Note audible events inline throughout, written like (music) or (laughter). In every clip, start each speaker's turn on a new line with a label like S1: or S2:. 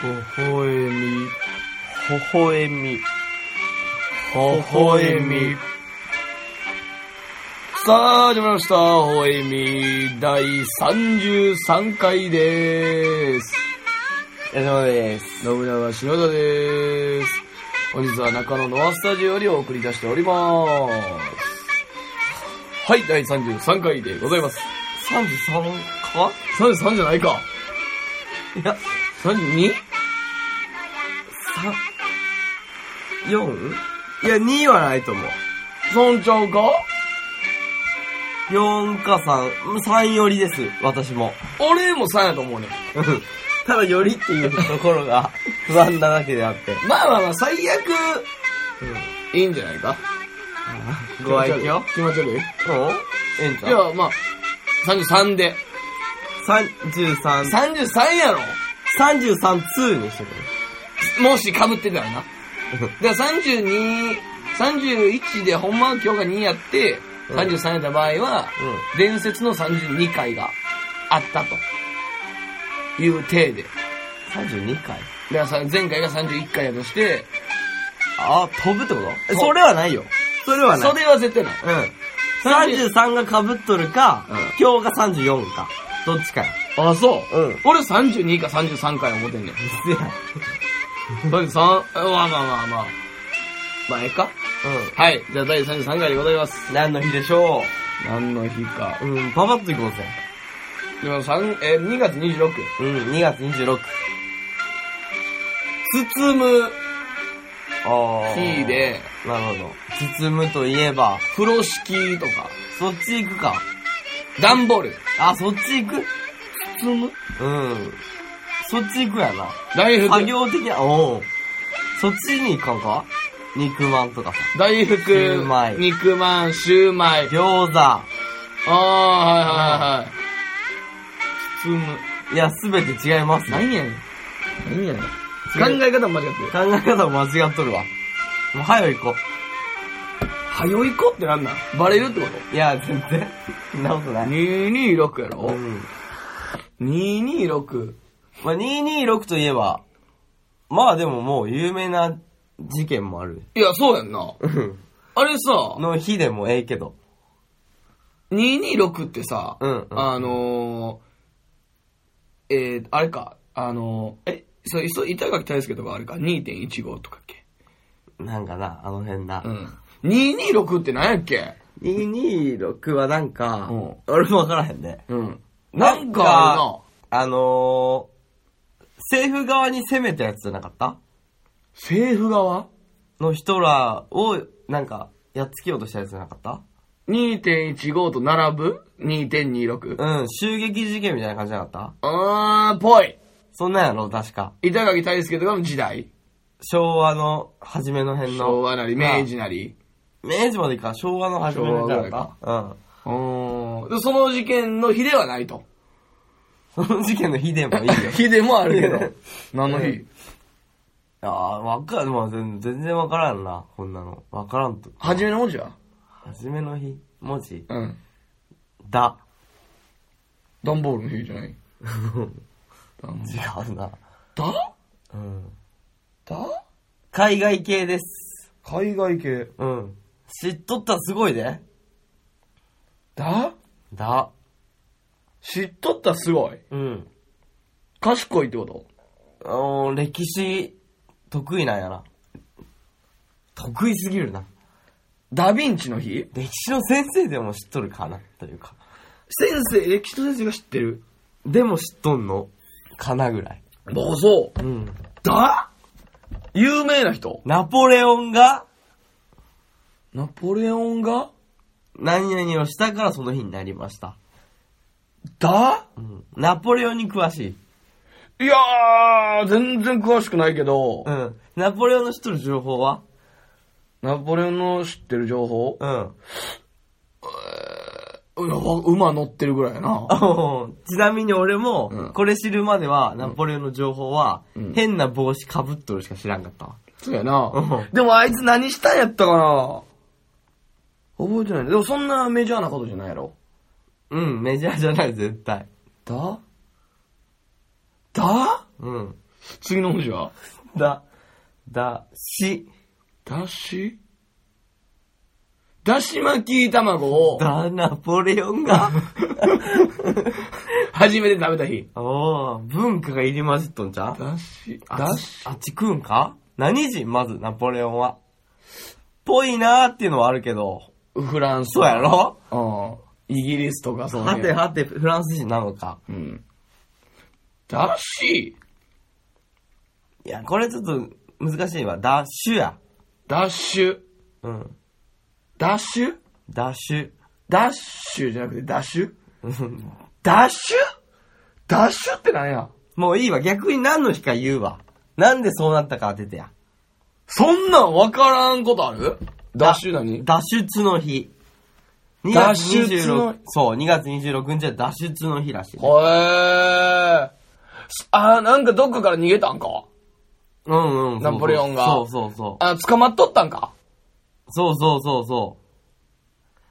S1: ほほえみ、
S2: ほほえみ。
S1: ほほえみ。さあ、始まりました。ほほえみ、第33回です。
S2: やじまです。
S1: 信長篠田です。本日は中野ノアスタジオよりお送り出しております。はい、第33回でございます。
S2: 33か
S1: 33じゃないか。
S2: いや、
S1: 32?
S2: 4? いや、2はないと思う。
S1: 3ちゃうか
S2: 4か3。3よりです、私も。
S1: 俺も3やと思うねん。
S2: (laughs) ただ、よりっていうところが不安なだけであって。
S1: (laughs) まあまあまあ、最悪、いいんじゃないか。
S2: ご愛嬌
S1: 気持ち悪い
S2: そうええんち
S1: じ
S2: ゃう
S1: ゃあ、まあ、33で。
S2: ?33、
S1: 33やろ
S2: 33、2にしてく
S1: もし被ってたらな。だから32、31でほんまは今日が2やって、
S2: うん
S1: 33やった場合は、伝説の32回があったと。いう体で。
S2: れ。32回。
S1: だからさ前回が31回やとして、
S2: あー、飛ぶってことえ
S1: そう
S2: それはないよ。それはない。
S1: それは絶対ない。
S2: うん。33が被っとるか、
S1: うん
S2: 今日が34か。どっちかや。。
S1: あ、そううん俺32か33回思ってんねん。
S2: うや。
S1: 33、まあまあまあまあ。まあ、ええか
S2: う
S1: はい。じゃあ第33回でございます。
S2: ん。何の日でしょ
S1: 何の日か
S2: う。。うん、パパッと行こうぜ。
S1: でも3、えー、2月26。
S2: うん、2月26。
S1: 包む
S2: あ
S1: 日。で、
S2: なるほど。包むといえば、
S1: 風呂敷とか、
S2: そっち行くか。
S1: 段ボール、
S2: あ、そっち行く
S1: 包む
S2: うん。そっち行くやな。
S1: 大
S2: 作
S1: 福、
S2: 業的な、おうそっちに行かんか肉まんとかさ。
S1: 大福、
S2: シューマイ
S1: 肉まん、シューマイ。
S2: 餃子。
S1: ああー、はいはいはい。包む。
S2: いや、すべて違いますよ。
S1: 何やねん。何やねん。
S2: 違う
S1: 考え方間違ってる。
S2: 考え方間違っとるわ。もう早行こ
S1: はよいこってなんなんバレるってこ
S2: う。いや、全然、そんなこと
S1: と
S2: ない。
S1: ?226 や
S2: う
S1: ろ
S2: ん。
S1: ?226。
S2: まあ、226といえば、まあでももう有名な事件もある。
S1: いや、そうやんな。あれさ、
S2: の日でもええけど。
S1: 226ってさ、
S2: うんうん
S1: あのー、えー、あれか、あのー、え、そう、いそ板垣大輔とかあれか、2.15とかっけ。
S2: なんかな、あの辺な。
S1: うん。226って何やっけ
S2: 226はなんか、
S1: うん
S2: 俺もわからへんね。
S1: うん。なんか
S2: あのー、政府側に攻めたやつじゃなかった
S1: あれな、政府側
S2: の人らを、なんか、やっつけようとしたやつじゃなかった
S1: ?2.15 と並ぶ ?2.26。
S2: うん、襲撃事件みたいな感じじゃなかった
S1: あー、ぽい。
S2: そんなんやろ、確か。
S1: 板垣大輔とかの時代。
S2: 昭和の初めの辺の。
S1: 昭和なり、明治なり。
S2: 明治までいいか、昭和の初めの辺じゃなかったうん。
S1: うーん。でその事件の日ではないと。
S2: その事件の日でもい
S1: (laughs)
S2: いよ。 (laughs)
S1: 日でもあるけど。何の
S2: う
S1: 日
S2: んああ、わかる、まあ、全全然わからんな、こんなの。わからんと。
S1: 初めの文字は
S2: はじめの日、文字、
S1: うん。
S2: だ。
S1: 段ボールの日じゃない段
S2: 違うな。
S1: だ
S2: うん。
S1: だ
S2: 海外系です。
S1: 海外系。
S2: うん。知っとったらすごいで。
S1: だ
S2: だ。
S1: 知っとったらすごい。
S2: うん。
S1: 賢いってこと
S2: あのー歴史、得意なんやな。得意すぎるな。
S1: ダヴィンチの日
S2: 歴史の先生でも知っとるかな、というか。
S1: 先生、歴史の先生が知ってる。
S2: でも知っとんのかなぐらい。
S1: あ、そう。
S2: うん。
S1: だ有名な人
S2: ナポレオンが、
S1: ナポレオンが
S2: 何々をしたからその日になりました。
S1: だ
S2: うん。ナポレオンに詳しい。
S1: いやー、全然詳しくないけど、
S2: うん。ナポレオンの知っとる情報は
S1: ナポレオンの知ってる情報
S2: うん。 (laughs)
S1: いや馬乗ってるぐらいやな。
S2: ちなみに俺も、
S1: うん
S2: これ知るまでは、ナポレオンの情報は、
S1: うん
S2: 変な帽子かぶっとるしか知らんかったわ。
S1: そうや
S2: う。
S1: なんでもあいつ何したんやったかな覚えてないねでもそんなメジャーなことじゃないやろ
S2: うん、メジャーじゃない、絶対。
S1: だだ
S2: うん。
S1: 次の文字は
S2: だ、だ、し、
S1: だしだし巻き卵を
S2: だ、ナポレオ
S1: (laughs)
S2: ンが。
S1: 初めて食べた日。
S2: おー、文化が入り混じっとんじゃん
S1: だし、
S2: あ
S1: だ
S2: っ
S1: し
S2: ち、あっち食うんか何人まず、ナポレオンは。ぽいなーっていうのはあるけど、
S1: フランス。
S2: そうやろ
S1: うん。イギリスとかそう
S2: はてはて、フランス人なのか。
S1: うん。だし
S2: いや、これちょっと難しいわ。ダッシュや。
S1: ダッシュ。
S2: うん。
S1: ダッシュ
S2: ダッシュ。
S1: ダッシュじゃなくてダッシュダッシュダッシュってなんや
S2: もういいわ。逆に何の日か言うわ。なんでそうなったか当ててや。
S1: そんなんわからんことあるダッシュ何
S2: 脱出の日。2
S1: 脱
S2: 月
S1: 出の
S2: 26そう、2月26日は脱出の日らしいね、
S1: へえ。あー、なんかどっかから逃げたんか
S2: うんうん。そうそう
S1: ナポレオンが
S2: そうそうそう。
S1: あ、捕まっとったんか
S2: そうそうそうそう。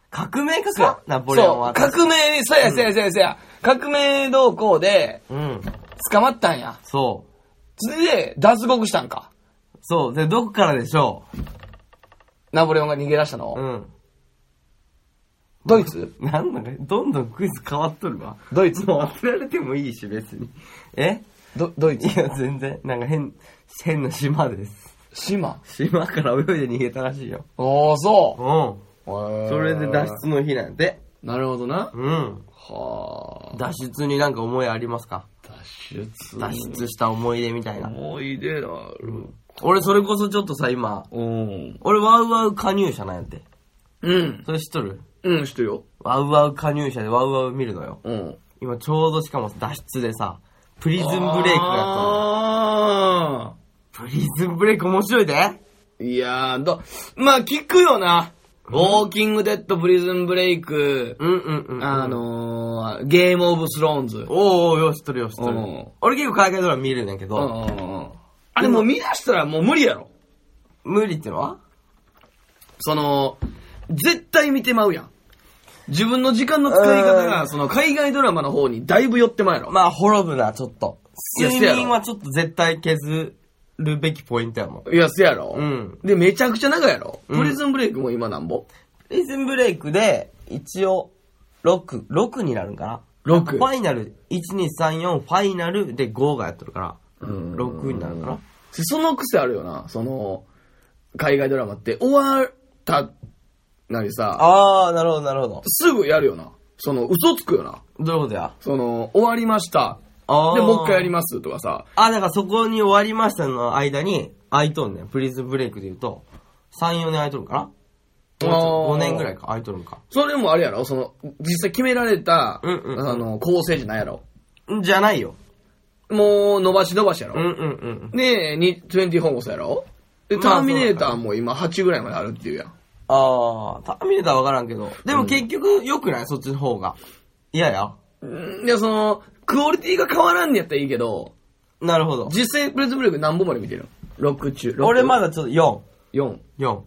S2: 革命家
S1: そう
S2: かナポレオンは。
S1: そう、革命、そうや、そうや、そうや、そうや。革命動向で
S2: うん。
S1: 捕まったんや。
S2: そう。
S1: それで、脱獄したんか。
S2: そう。で、どこからでしょ
S1: ナポレオンが逃げ出したの。
S2: ううん。
S1: ドイツ
S2: なんだか、どんどんクイズ変わっとるわ。
S1: ドイツ
S2: もう当てられてもいいし、別に。え
S1: ド、ドイ
S2: いや、全然。なんか変、変な島です。
S1: 島。
S2: 島から泳いで逃げたらしいよ。
S1: おー、そうう。
S2: ん。
S1: そ
S2: それで脱。出の日なんで。
S1: なるほどな。
S2: うん。
S1: はあ。
S2: 脱出になんか思いありますか
S1: 脱出。
S2: 脱出した思い出みたいな。
S1: 思い出なる。
S2: 俺それこそちょっとさ、今、
S1: うん。
S2: 俺ワウワウ加入者なんやって。
S1: うん。
S2: それ知っとる
S1: うん、知ってるよ。
S2: ワウワウ加入者でワウワウ見るのよ。
S1: うん。
S2: 今ちょうどしかも脱出でさ、プリ
S1: リ
S2: ズンブレイクやったの
S1: あ
S2: プリズンブレイク面白いで
S1: ーいやー、ど、まあ聞くよな。ウォーキングデッド、プリズンブレイク、
S2: うんうんうん。
S1: あ、のー、ゲームオブスローンズ。
S2: おーおーよ、知っとるよ、知っと
S1: う
S2: る
S1: ん。
S2: 俺結構海外ドラマ見るんやけ
S1: うんう
S2: ど、
S1: んうんあれもう見出したらもう無理やろ。
S2: 無理ってのは
S1: その、絶対見てまうやん。自分の時間の使い方
S2: う
S1: が、その海外ドラマの方にだいぶ寄ってまうやろ。
S2: まあ、滅ぶな、ちょっと。
S1: いや
S2: 睡
S1: せや
S2: 眠
S1: ろ
S2: はちょっと絶対削るべきポイントやもん。
S1: いや、せやろ。
S2: うん
S1: で、めちゃくちゃ長いやろ。
S2: うん
S1: プリズンブレイクも今なんぼ
S2: プリズンブレイクで、一応、6、6になるんかなフ
S1: ?6。
S2: ァイナル、1234ファイナルで5がやっとるから、
S1: うん
S2: 6になるかな
S1: その癖あるよな。その、海外ドラマって終わったなりさ、
S2: あー、なるほど、なるほど。
S1: すぐやるよな。その、嘘つくよな。
S2: どういうことや
S1: その、終わりました。
S2: あー。
S1: で、もう一回やりますとかさ。
S2: あ、だからそこに終わりましたの間に、空いとんねん。プリズンブレイクで言うと、3、4年空いとるんかな
S1: あー
S2: ?5 年ぐらいか、空いとるんか。
S1: それもあれやろその、実際決められた、
S2: うんうんうん
S1: あの、構成じゃないやろ。
S2: んじゃないよ。
S1: もう、伸ばし伸ばしやろ。
S2: うんうんうん。
S1: ねえ、に24もそうやろで、
S2: まあ
S1: ターミネーターも今8ぐらいまであるっていうやん。
S2: あー、ターミネーターはわからんけど。でも結局、良くないそっちの方が。いやや。
S1: うんいや、その、クオリティが変わらんのやったらいいけど、
S2: なるほど。
S1: 実際プレズンブレイク何本まで見てるの ?6 中。6
S2: 俺まだちょっと4。
S1: 4。
S2: 4。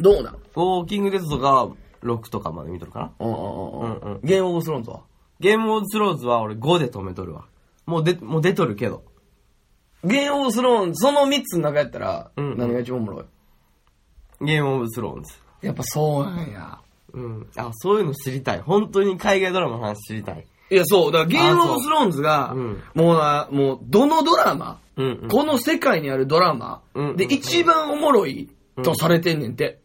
S1: どうなん
S2: ウォーキングデッドとか、6とかまで見とるかな
S1: うんうんうん
S2: うんうん
S1: ゲームオブスローンズは
S2: ゲームオブスローズは俺5で止めとるわ。もうで、もう出とるけど。
S1: ゲームオブスローンズ、その3つの中やったら、
S2: うんうん
S1: 何が一番おもろい
S2: ゲームオブスローズ。
S1: やっぱそうなんや。
S2: うん。あ、そういうの知りたい。本当に海外ドラマの話知りたい。
S1: いや、そう。だからゲームオブスローンズ
S2: あ
S1: が、
S2: そううん
S1: もうな、もう、どのドラマ、
S2: うん、うん。
S1: この世界にあるドラマ、
S2: うんうん
S1: で、一番おもろいとされてんねんて。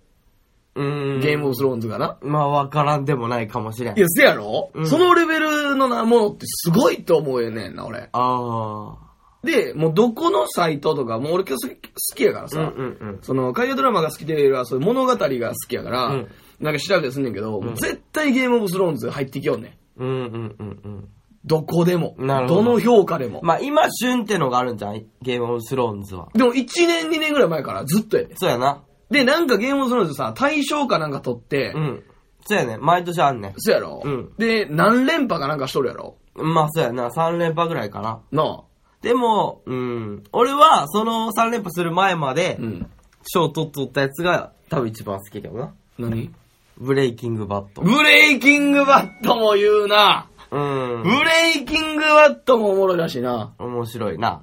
S2: うん。
S1: ゲームオブスローンズがな。
S2: まあ、わからんでもないかもしれん。
S1: いや、せやろ、
S2: うん
S1: そのレベルのなものってすごいと思うよねんな、俺。
S2: あ
S1: で、もうどこのサイトとか、もう俺今日好き好きやから
S2: ー。
S1: さ、
S2: うんうんうん。
S1: その、海外ドラマが好きというよりは、そういう物語が好きやから、
S2: うん
S1: なんか調べたりすんねんけど、もう絶対ゲームオブスローンズ入ってきよんねん。
S2: うんうんうんうん。
S1: どこでも。
S2: なるほど
S1: の評価でも。
S2: まあ、今旬ってのがあるんじゃんゲームオブスローズは。
S1: でも1年2年ぐらい前からずっとやねん。
S2: そうやな。
S1: で、なんかゲームオブスローンズさ、大賞かなんか取って、
S2: うん。そうやね。毎年あんね
S1: そうやろ、
S2: うん
S1: で、何連覇かなんかしとるやろ
S2: ん。まあ、そうやな。3連覇ぐらいかな。
S1: なあ。
S2: でも、うん。俺は、その3連覇する前まで、
S1: うん。
S2: 賞取っとったやつが多分一番好きだよな。
S1: 何
S2: ブレイキングバット。
S1: ブレイキングバットも言うな。
S2: うん
S1: ブ。レイキングバットもおもろいらしいな。
S2: 面白いな。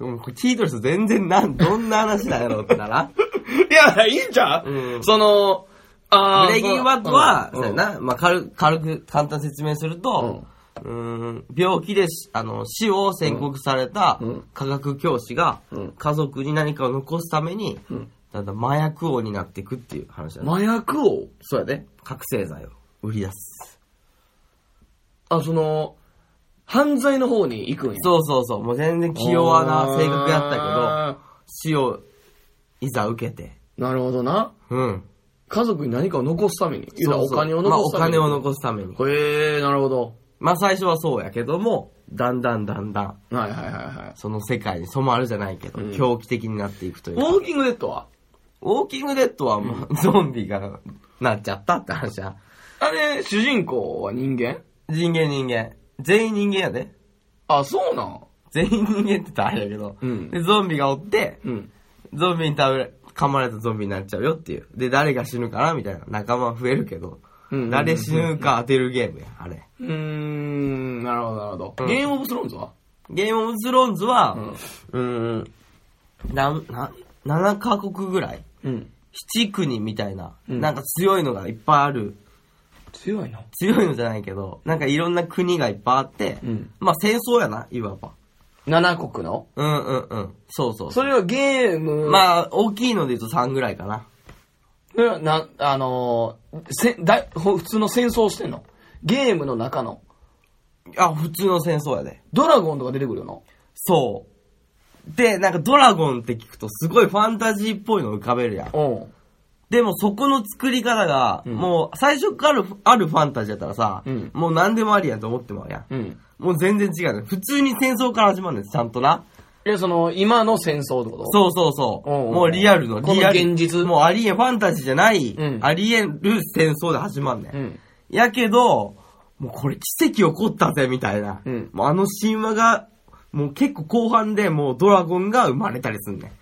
S2: うん、これ聞いとる人全然なん、どんな話なんやろうってなら。
S1: (laughs) いや、いいんちゃう、
S2: うん
S1: その、 (laughs) あー
S2: ブレイキングバットは、
S1: うん
S2: そうやな、まあ、軽く、軽く、簡単に説明すると、うーん、病気でし、あの、死を宣告された
S1: うん
S2: 科学教師が
S1: うん、
S2: 家族に何かを残すために
S1: うん、
S2: だんだん麻薬王になっていくっていう話だね。
S1: 麻薬を、そうやで。
S2: 覚醒剤を売り出す。
S1: あ、その、犯罪の方に行くんや。
S2: そうそうそう、もう全然器用な性格やったけど、死をいざ受けて、
S1: けど。なるほどな。
S2: うん。
S1: 家族に何かを残すために。言うたら
S2: そうそう
S1: お金を残すために。
S2: まあお金を残すために。
S1: へえー、なるほど。
S2: まあ最初はそうやけども、だんだんだんだん、
S1: はいはいはいはい。
S2: その世界に染まるじゃないけど、
S1: うん
S2: 狂気的になっていくという
S1: ウ
S2: か。
S1: ォーキングデッドは
S2: ウォーキングデッドはもう、ゾンビがなっちゃったって話や。
S1: あれ、主人公は人間
S2: 人間人間。全員人間やで。
S1: あ、そうなん。
S2: 全員人間って言ったらあれやけど。
S1: うん
S2: で、ゾンビがおって、
S1: うん。
S2: ゾンビに食べれ、噛まれたゾンビになっちゃうよっていう。で、誰が死ぬかなみたいな。仲間増えるけど。
S1: うん
S2: 誰死ぬか当てるゲームや、あれ。
S1: うーん、なるほどなるほど。
S2: うん
S1: ゲームオブスローンズは
S2: ゲームオブスローンズは、
S1: う
S2: うん、なん、な、7カ国ぐらい
S1: うん。
S2: ?7 国みたいな、
S1: うん
S2: なんか強いのがいっぱいある。
S1: 強いな。
S2: 強いのじゃないけど、なんかいろんな国がいっぱいあって、
S1: うん
S2: まあ戦争やな、いわば。
S1: 7国の
S2: うんうんうん。そうそう。
S1: それはゲーム、あ、
S2: まあ、大きいので言うと3ぐらいかな。
S1: それはな、あのーせだほ普通の戦争してんのゲームの中の。
S2: あ、普通の戦争やで。
S1: ドラゴンとか出てくるよな。
S2: そう。で、なんかドラゴンって聞くとすごいファンタジーっぽいの浮かべるやん。
S1: うん。
S2: でもそこの作り方が、
S1: うん
S2: もう最初からあるファンタジーやったらさ、
S1: うん
S2: もう何でもありやと思ってまうやん。
S1: うん。
S2: もう全然違うね。普通に戦争から始まるんです、ちゃんとな。
S1: いや、その、今の戦争ってこと
S2: そうそうそう。
S1: おうおう
S2: もうリアルの、
S1: この
S2: リアル。
S1: 現実
S2: もうありえん、ファンタジーじゃない、
S1: うん
S2: ありえる戦争で始まんね、
S1: う。うん。
S2: ん。やけど、もうこれ奇跡起こったぜ、みたいな。
S1: うん
S2: もうあの神話が、もう結構後半でもうドラゴンが生まれたりすんねん。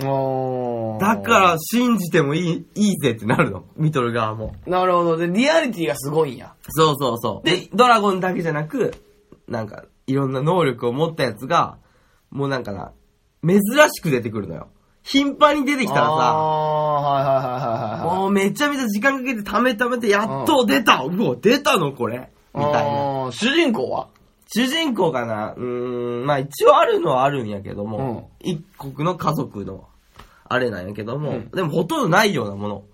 S1: おー
S2: だから、信じてもいい、いいぜってなるの。見とる側も。
S1: なるほど。で、リアリティがすごいんや。
S2: そうそうそう。で、ドラゴンだけじゃなく、なんか、いろんな能力を持ったやつが、もうなんかな、珍しく出てくるのよ。頻繁に出てきたら
S1: あ
S2: さ、
S1: ー、はいはいはいはいはい。
S2: もうめちゃめちゃ時間かけて貯め貯めて、やっと出たうお、出たのこれみたいな。
S1: あー。主人公は
S2: 主人公かなうーん、まあ一応あるのはあるんやけども、一国の家族の、あれなんやけども、
S1: うん
S2: でもほとんどないようなもの。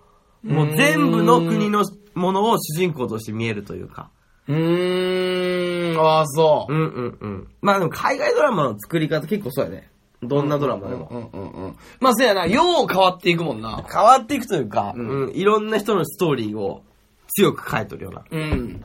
S2: もう全部の国のものを主人公として見えるというか。
S1: うーん、ああ、そう
S2: うんうんうん。まあでも海外ドラマの作り方結構そうやね。どんなドラマでも。
S1: うんうんうん。まあ、せやな、よう変わっていくもんな。
S2: 変わっていくというか、
S1: う
S2: うんん、いろんな人のストーリーを強く書いとるような。
S1: うん。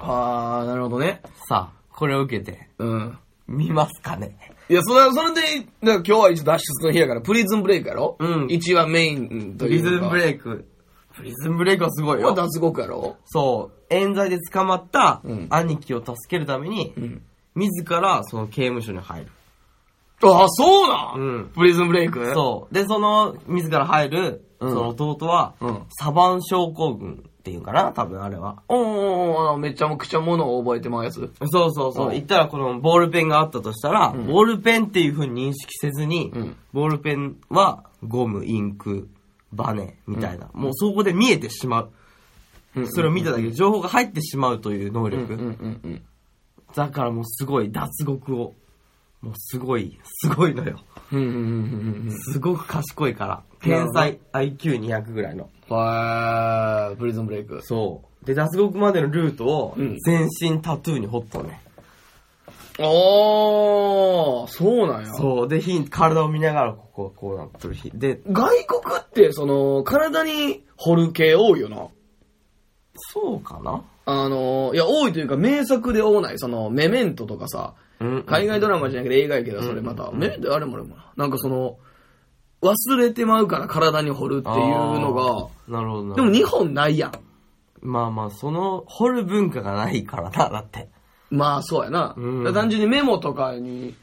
S1: ああ、なるほどね。
S2: さあ、これを受けて、
S1: うん。
S2: 見ますかね。
S1: いや、それは、それで、だから今日は一応脱出の日やから、プリズンブレイクやろ
S2: うん
S1: 一番メインと
S2: プ
S1: い
S2: リ
S1: う
S2: ズンブ
S1: イ
S2: レイク。プリズンブレイクはすごい
S1: は
S2: よ。
S1: 脱獄やろ
S2: そう、冤罪で捕まった
S1: うん
S2: 兄貴を助けるために、
S1: うん。
S2: 自らその刑務所に入る。
S1: ああ、そうなん、
S2: うん
S1: プリズンブレイク
S2: そう。で、その、自ら入る、
S1: うん
S2: その弟は、
S1: うん
S2: サバン症候群っていうかな、多分あれは。
S1: おーおーおーあの、めちゃくちゃものを覚えてまうやつ。
S2: そうそうそうう。
S1: ん
S2: 言ったらこのボールペンがあったとしたら、
S1: うん
S2: ボールペンっていう風に認識せずに、
S1: うん
S2: ボールペンはゴム、インク、バネみたいな。もうそこで見えてしまう。それを見ただけで情報が入ってしまうという能
S1: うん
S2: 力。
S1: うんうんうん。
S2: だからもうすごい脱獄を。もうすごい、すごいのよ。
S1: うんうんうんうん
S2: すごく賢いから。
S1: なるほ
S2: 天
S1: ど
S2: 才 IQ200 ぐらいの。
S1: うん。はー、プリズンブレイク。
S2: そう。で、脱獄までのルートを
S1: うん
S2: 全身タトゥーに彫ったのね。
S1: おー、そうなんや。
S2: そう。で、ひん体を見ながらここはこうなってるひ。で、
S1: 外国って、その、体に掘る系多いよな。
S2: そうかな
S1: あの、いや、多いというか、名作で多ない。その、メメントとかさ、
S2: うん
S1: 海外ドラマじゃなくて映画やけど、それまた、メメントあれもあれもな。なんかその、忘れてまうから体に掘るっていうのが、
S2: なるほどな。
S1: でも日本ないやん。
S2: まあまあ、その、掘る文化がないからな、 (laughs) だって。
S1: まあ、そうやな。
S2: うん
S1: だから単純にメモとかに、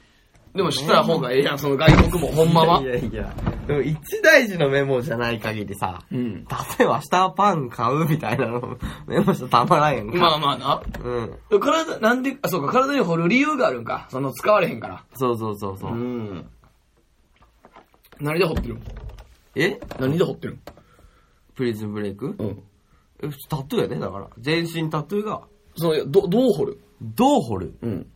S1: でもした方がええやん、その外国も、ほんまは。
S2: いやいやいや。でも一大事のメモじゃない限りさ、
S1: うん。
S2: 例えば明日パン買うみたいなの (laughs) メモしたらたまらんやんか。
S1: まあまあな。
S2: うん。
S1: 体、なんで、あ、そうか、体に掘る理由があるんか。その、使われへんから。
S2: そうそうそうそう。
S1: ん。何で掘ってるん
S2: え
S1: 何で掘ってるん
S2: プリズムブレイク
S1: うん。
S2: え普通タトゥーやね、だから。全身タトゥーが、
S1: その、ど、どう掘る
S2: どう掘るっ
S1: うん。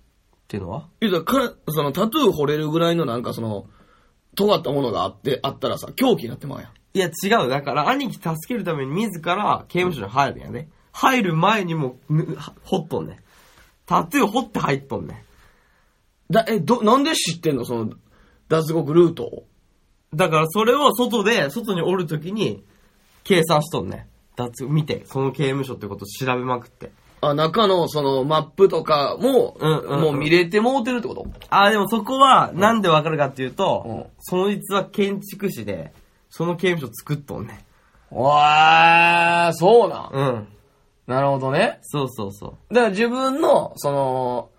S2: ていうのは
S1: 言うたら、かその、タトゥー掘れるぐらいのなんかその、尖ったものがあって、あったらさ、狂気になってまうやん。
S2: いや、違う。だから、兄貴助けるために自ら刑務所に入るんやね。入る前にもう、ぬは掘っとんねん。タトゥー掘って入っとんねん。
S1: だ、え、ど、なんで知ってんのその、脱獄ルートを。
S2: だからそれを外で、外におるときに、計算しとんね。脱獄見て、その刑務所ってことを調べまくって。
S1: あ、中のその、マップとかも、
S2: うんうんうん
S1: もう見れてもうてるってこと
S2: ああ、でもそこは、なんでわかるかっていうと、
S1: うん
S2: その実は建築士で、その刑務所作っとんね。
S1: わー、そうなん。
S2: うん。
S1: なるほどね。
S2: そうそうそ
S1: だから自分の、その、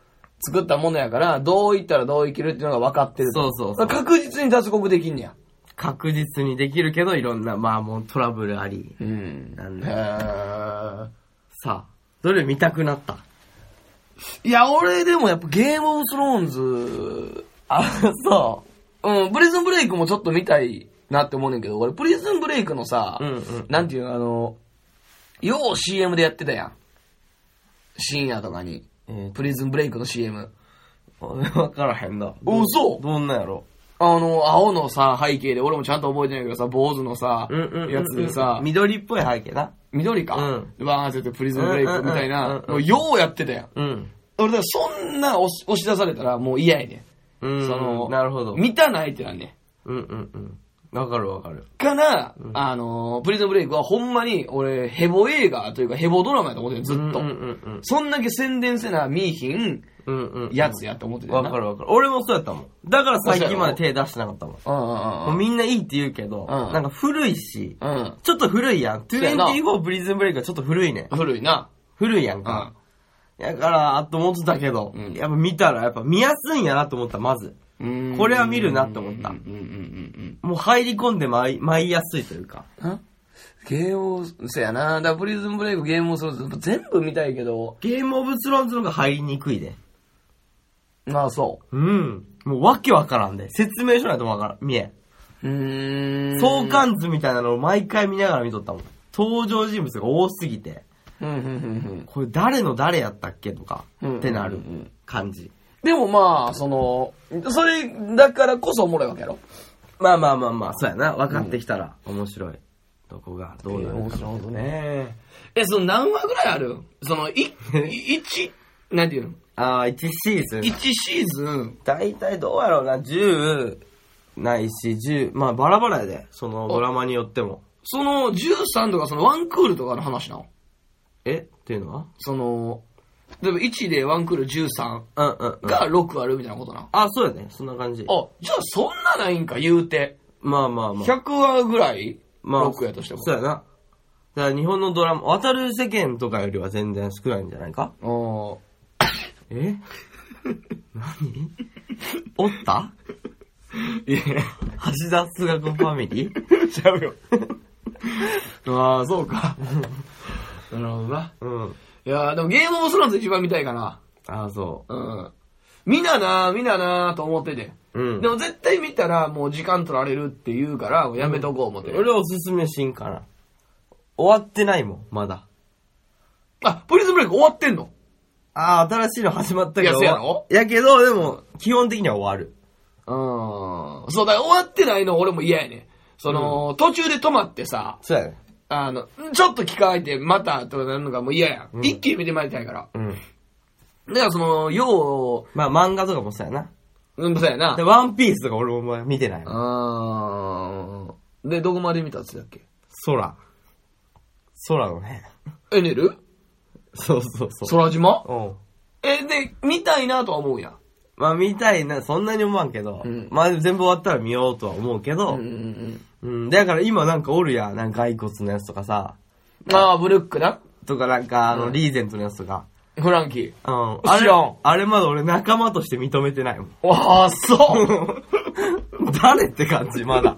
S1: 作ったものやから、どういったらどういけるっていうのが分かってると。
S2: そうそうそ
S1: だ
S2: う
S1: から確実に脱獄できんねや。
S2: う。確実にできるけど、いろんな、まあもうトラブルあり。
S1: うん
S2: なん
S1: へ
S2: だ
S1: ー
S2: さあ、どれ見たくなった
S1: いや、俺でもやっぱゲームオブスローンズ、
S2: あ、そ
S1: うん、プリズンブレイクもちょっと見たいなって思うねんけど、俺プリズンブレイクのさ、
S2: うんうん
S1: なんていうの、あの、よう CM でやってたやん。深夜とかに。
S2: う。え
S1: プリズンブレイクの CM。
S2: ー、わからへんな。
S1: 嘘
S2: どんなんやろ
S1: あの、青のさ、背景で、俺もちゃんと覚えてないけどさ、坊主のさ、やつでさ、
S2: 緑っぽい背景な。
S1: 緑か。
S2: う
S1: わーってやってプリズンブレイクみたい
S2: うんうんうん
S1: な
S2: う。ん
S1: もう、ようやってたやん。
S2: うん。
S1: 俺、だからそんな押し押し出されたらもう嫌やね。
S2: うんん。
S1: その、
S2: なるほど。
S1: 満たないってなんねん。
S2: うんうんうん。わかるわかる。
S1: から、あのー、プリズンブレイクはほんまに、俺、ヘボ映画というかヘボドラマやと思ってるずっと
S2: うんう。ん
S1: そんだけ宣伝せな、見いひん、
S2: うん。うんうん。
S1: やつやと思ってたよ
S2: わ
S1: な
S2: かるわかる。俺もそうやったもん。だから最近まで手出してなかったもん。も
S1: うんうん
S2: うみんないいって言うけど、
S1: ん
S2: なんか古いし、
S1: うん。うん。
S2: ちょっと古いやん。
S1: うやな
S2: 24プリズンブレイクはちょっと古いねん。
S1: 古いな。
S2: 古いやん
S1: う
S2: か
S1: ん。。
S2: だから、あと思ってたけど、
S1: うん
S2: やっぱ見たら、やっぱ見やすいんやなと思った、まず。
S1: うん
S2: これは見るなって思った
S1: うんうんうん
S2: もう入り込んでまい、舞いやすいというか。
S1: うんうん。あゲームを、せやな。だからプリズンブレイクゲームをすると全部見たいけど、
S2: ゲームオブスローンズの方が入りにくいで。
S1: まあそ
S2: うん。もうわけわからんで。説明書ないとわからん。見え
S1: う。うー
S2: ん。
S1: ん。
S2: 相。関図みたいなのを毎回見ながら見とったもん。登場人物が多すぎて、
S1: うんうんうん
S2: これ誰の誰やったっけとか、
S1: うん
S2: ってなる
S1: うんうん
S2: 感じ。
S1: うん。でもまあ、その、それだからこそおもろいわけやろ。
S2: まあまあまあまあ、そうやな。分かってきたら面白い。どこが、どうなるか。
S1: 白いことね。え、その何話ぐらいあるその、 (laughs) い、一、なんていうの
S2: ああ、1シーズン。
S1: 一シーズン。
S2: 大体どうやろうな、10ないし、10、まあバラバラやで。そのドラマによっても。
S1: その13とかそのワンクールとかの話なの
S2: えっていうのは
S1: その、例えば1でワンクール13
S2: うんうん、うん。
S1: が6あるみたいなことなの。
S2: あ、そうやね。そんな感じ。
S1: あ、じゃあそんなないんか言うて。
S2: まあまあまあ。
S1: 100話ぐらい
S2: まあ、
S1: ?6 やとしても。
S2: そうやな。だから日本のドラマ、渡る世間とかよりは全然少ないんじゃないか
S1: お
S2: え (laughs) 何おった
S1: いや、
S2: 橋田数学ファミリー
S1: ちゃう
S2: (laughs)
S1: よ。ああ、そうか。 (laughs) なるほどな。
S2: うん。
S1: いやーでもゲームオブスローンズ一番見たいかな。
S2: ああ、そ
S1: うん。見なな見ななと思ってて。
S2: う。うん。
S1: でも絶対見たらもう時間取られるって言うから、もうやめとこう思って。
S2: 俺はおすすめしんかな。終わってないもん、まだ。
S1: あ、プリズンブレイク終わってんの
S2: ああ、新しいの始まったけ
S1: いや
S2: ど。
S1: そうやろ
S2: やけど、でも、基本的には終わる。
S1: うん。そうだ、終わってないの俺も嫌やねん。その、途中で止まってさ、
S2: そうやね。
S1: あの、ちょっと期間空いてまたとかなるのがもう嫌やん。一気に見てまいりたいから。
S2: うん。
S1: だからその、よ
S2: まあ漫画とかもそうやな。
S1: う、うん、そうやな
S2: で、。ワンピースとか俺も見てないもん。
S1: うん。で、どこまで見たっつってたっけ
S2: 空。空のね。
S1: エネル
S2: そうそうそう。
S1: 空島
S2: うん。
S1: え、で、見たいなとは思うやん。
S2: まあ見たいな、そんなに思わんけど、
S1: うん
S2: まあ全部終わったら見ようとは思うけど、
S1: う
S2: う
S1: んうん
S2: ん、
S1: うん。
S2: だから今なんかおるやん、なんか骸骨のやつとかさ、
S1: ああ、ブルックな。
S2: とかなんかあの、
S1: うん
S2: リーゼントのやつとか、
S1: フランキー。
S2: うん、あ
S1: 知
S2: れ
S1: らん、
S2: あれまだ俺仲間として認めてないもん。 (laughs)
S1: わあ、そう
S2: 誰って感じ、まだ。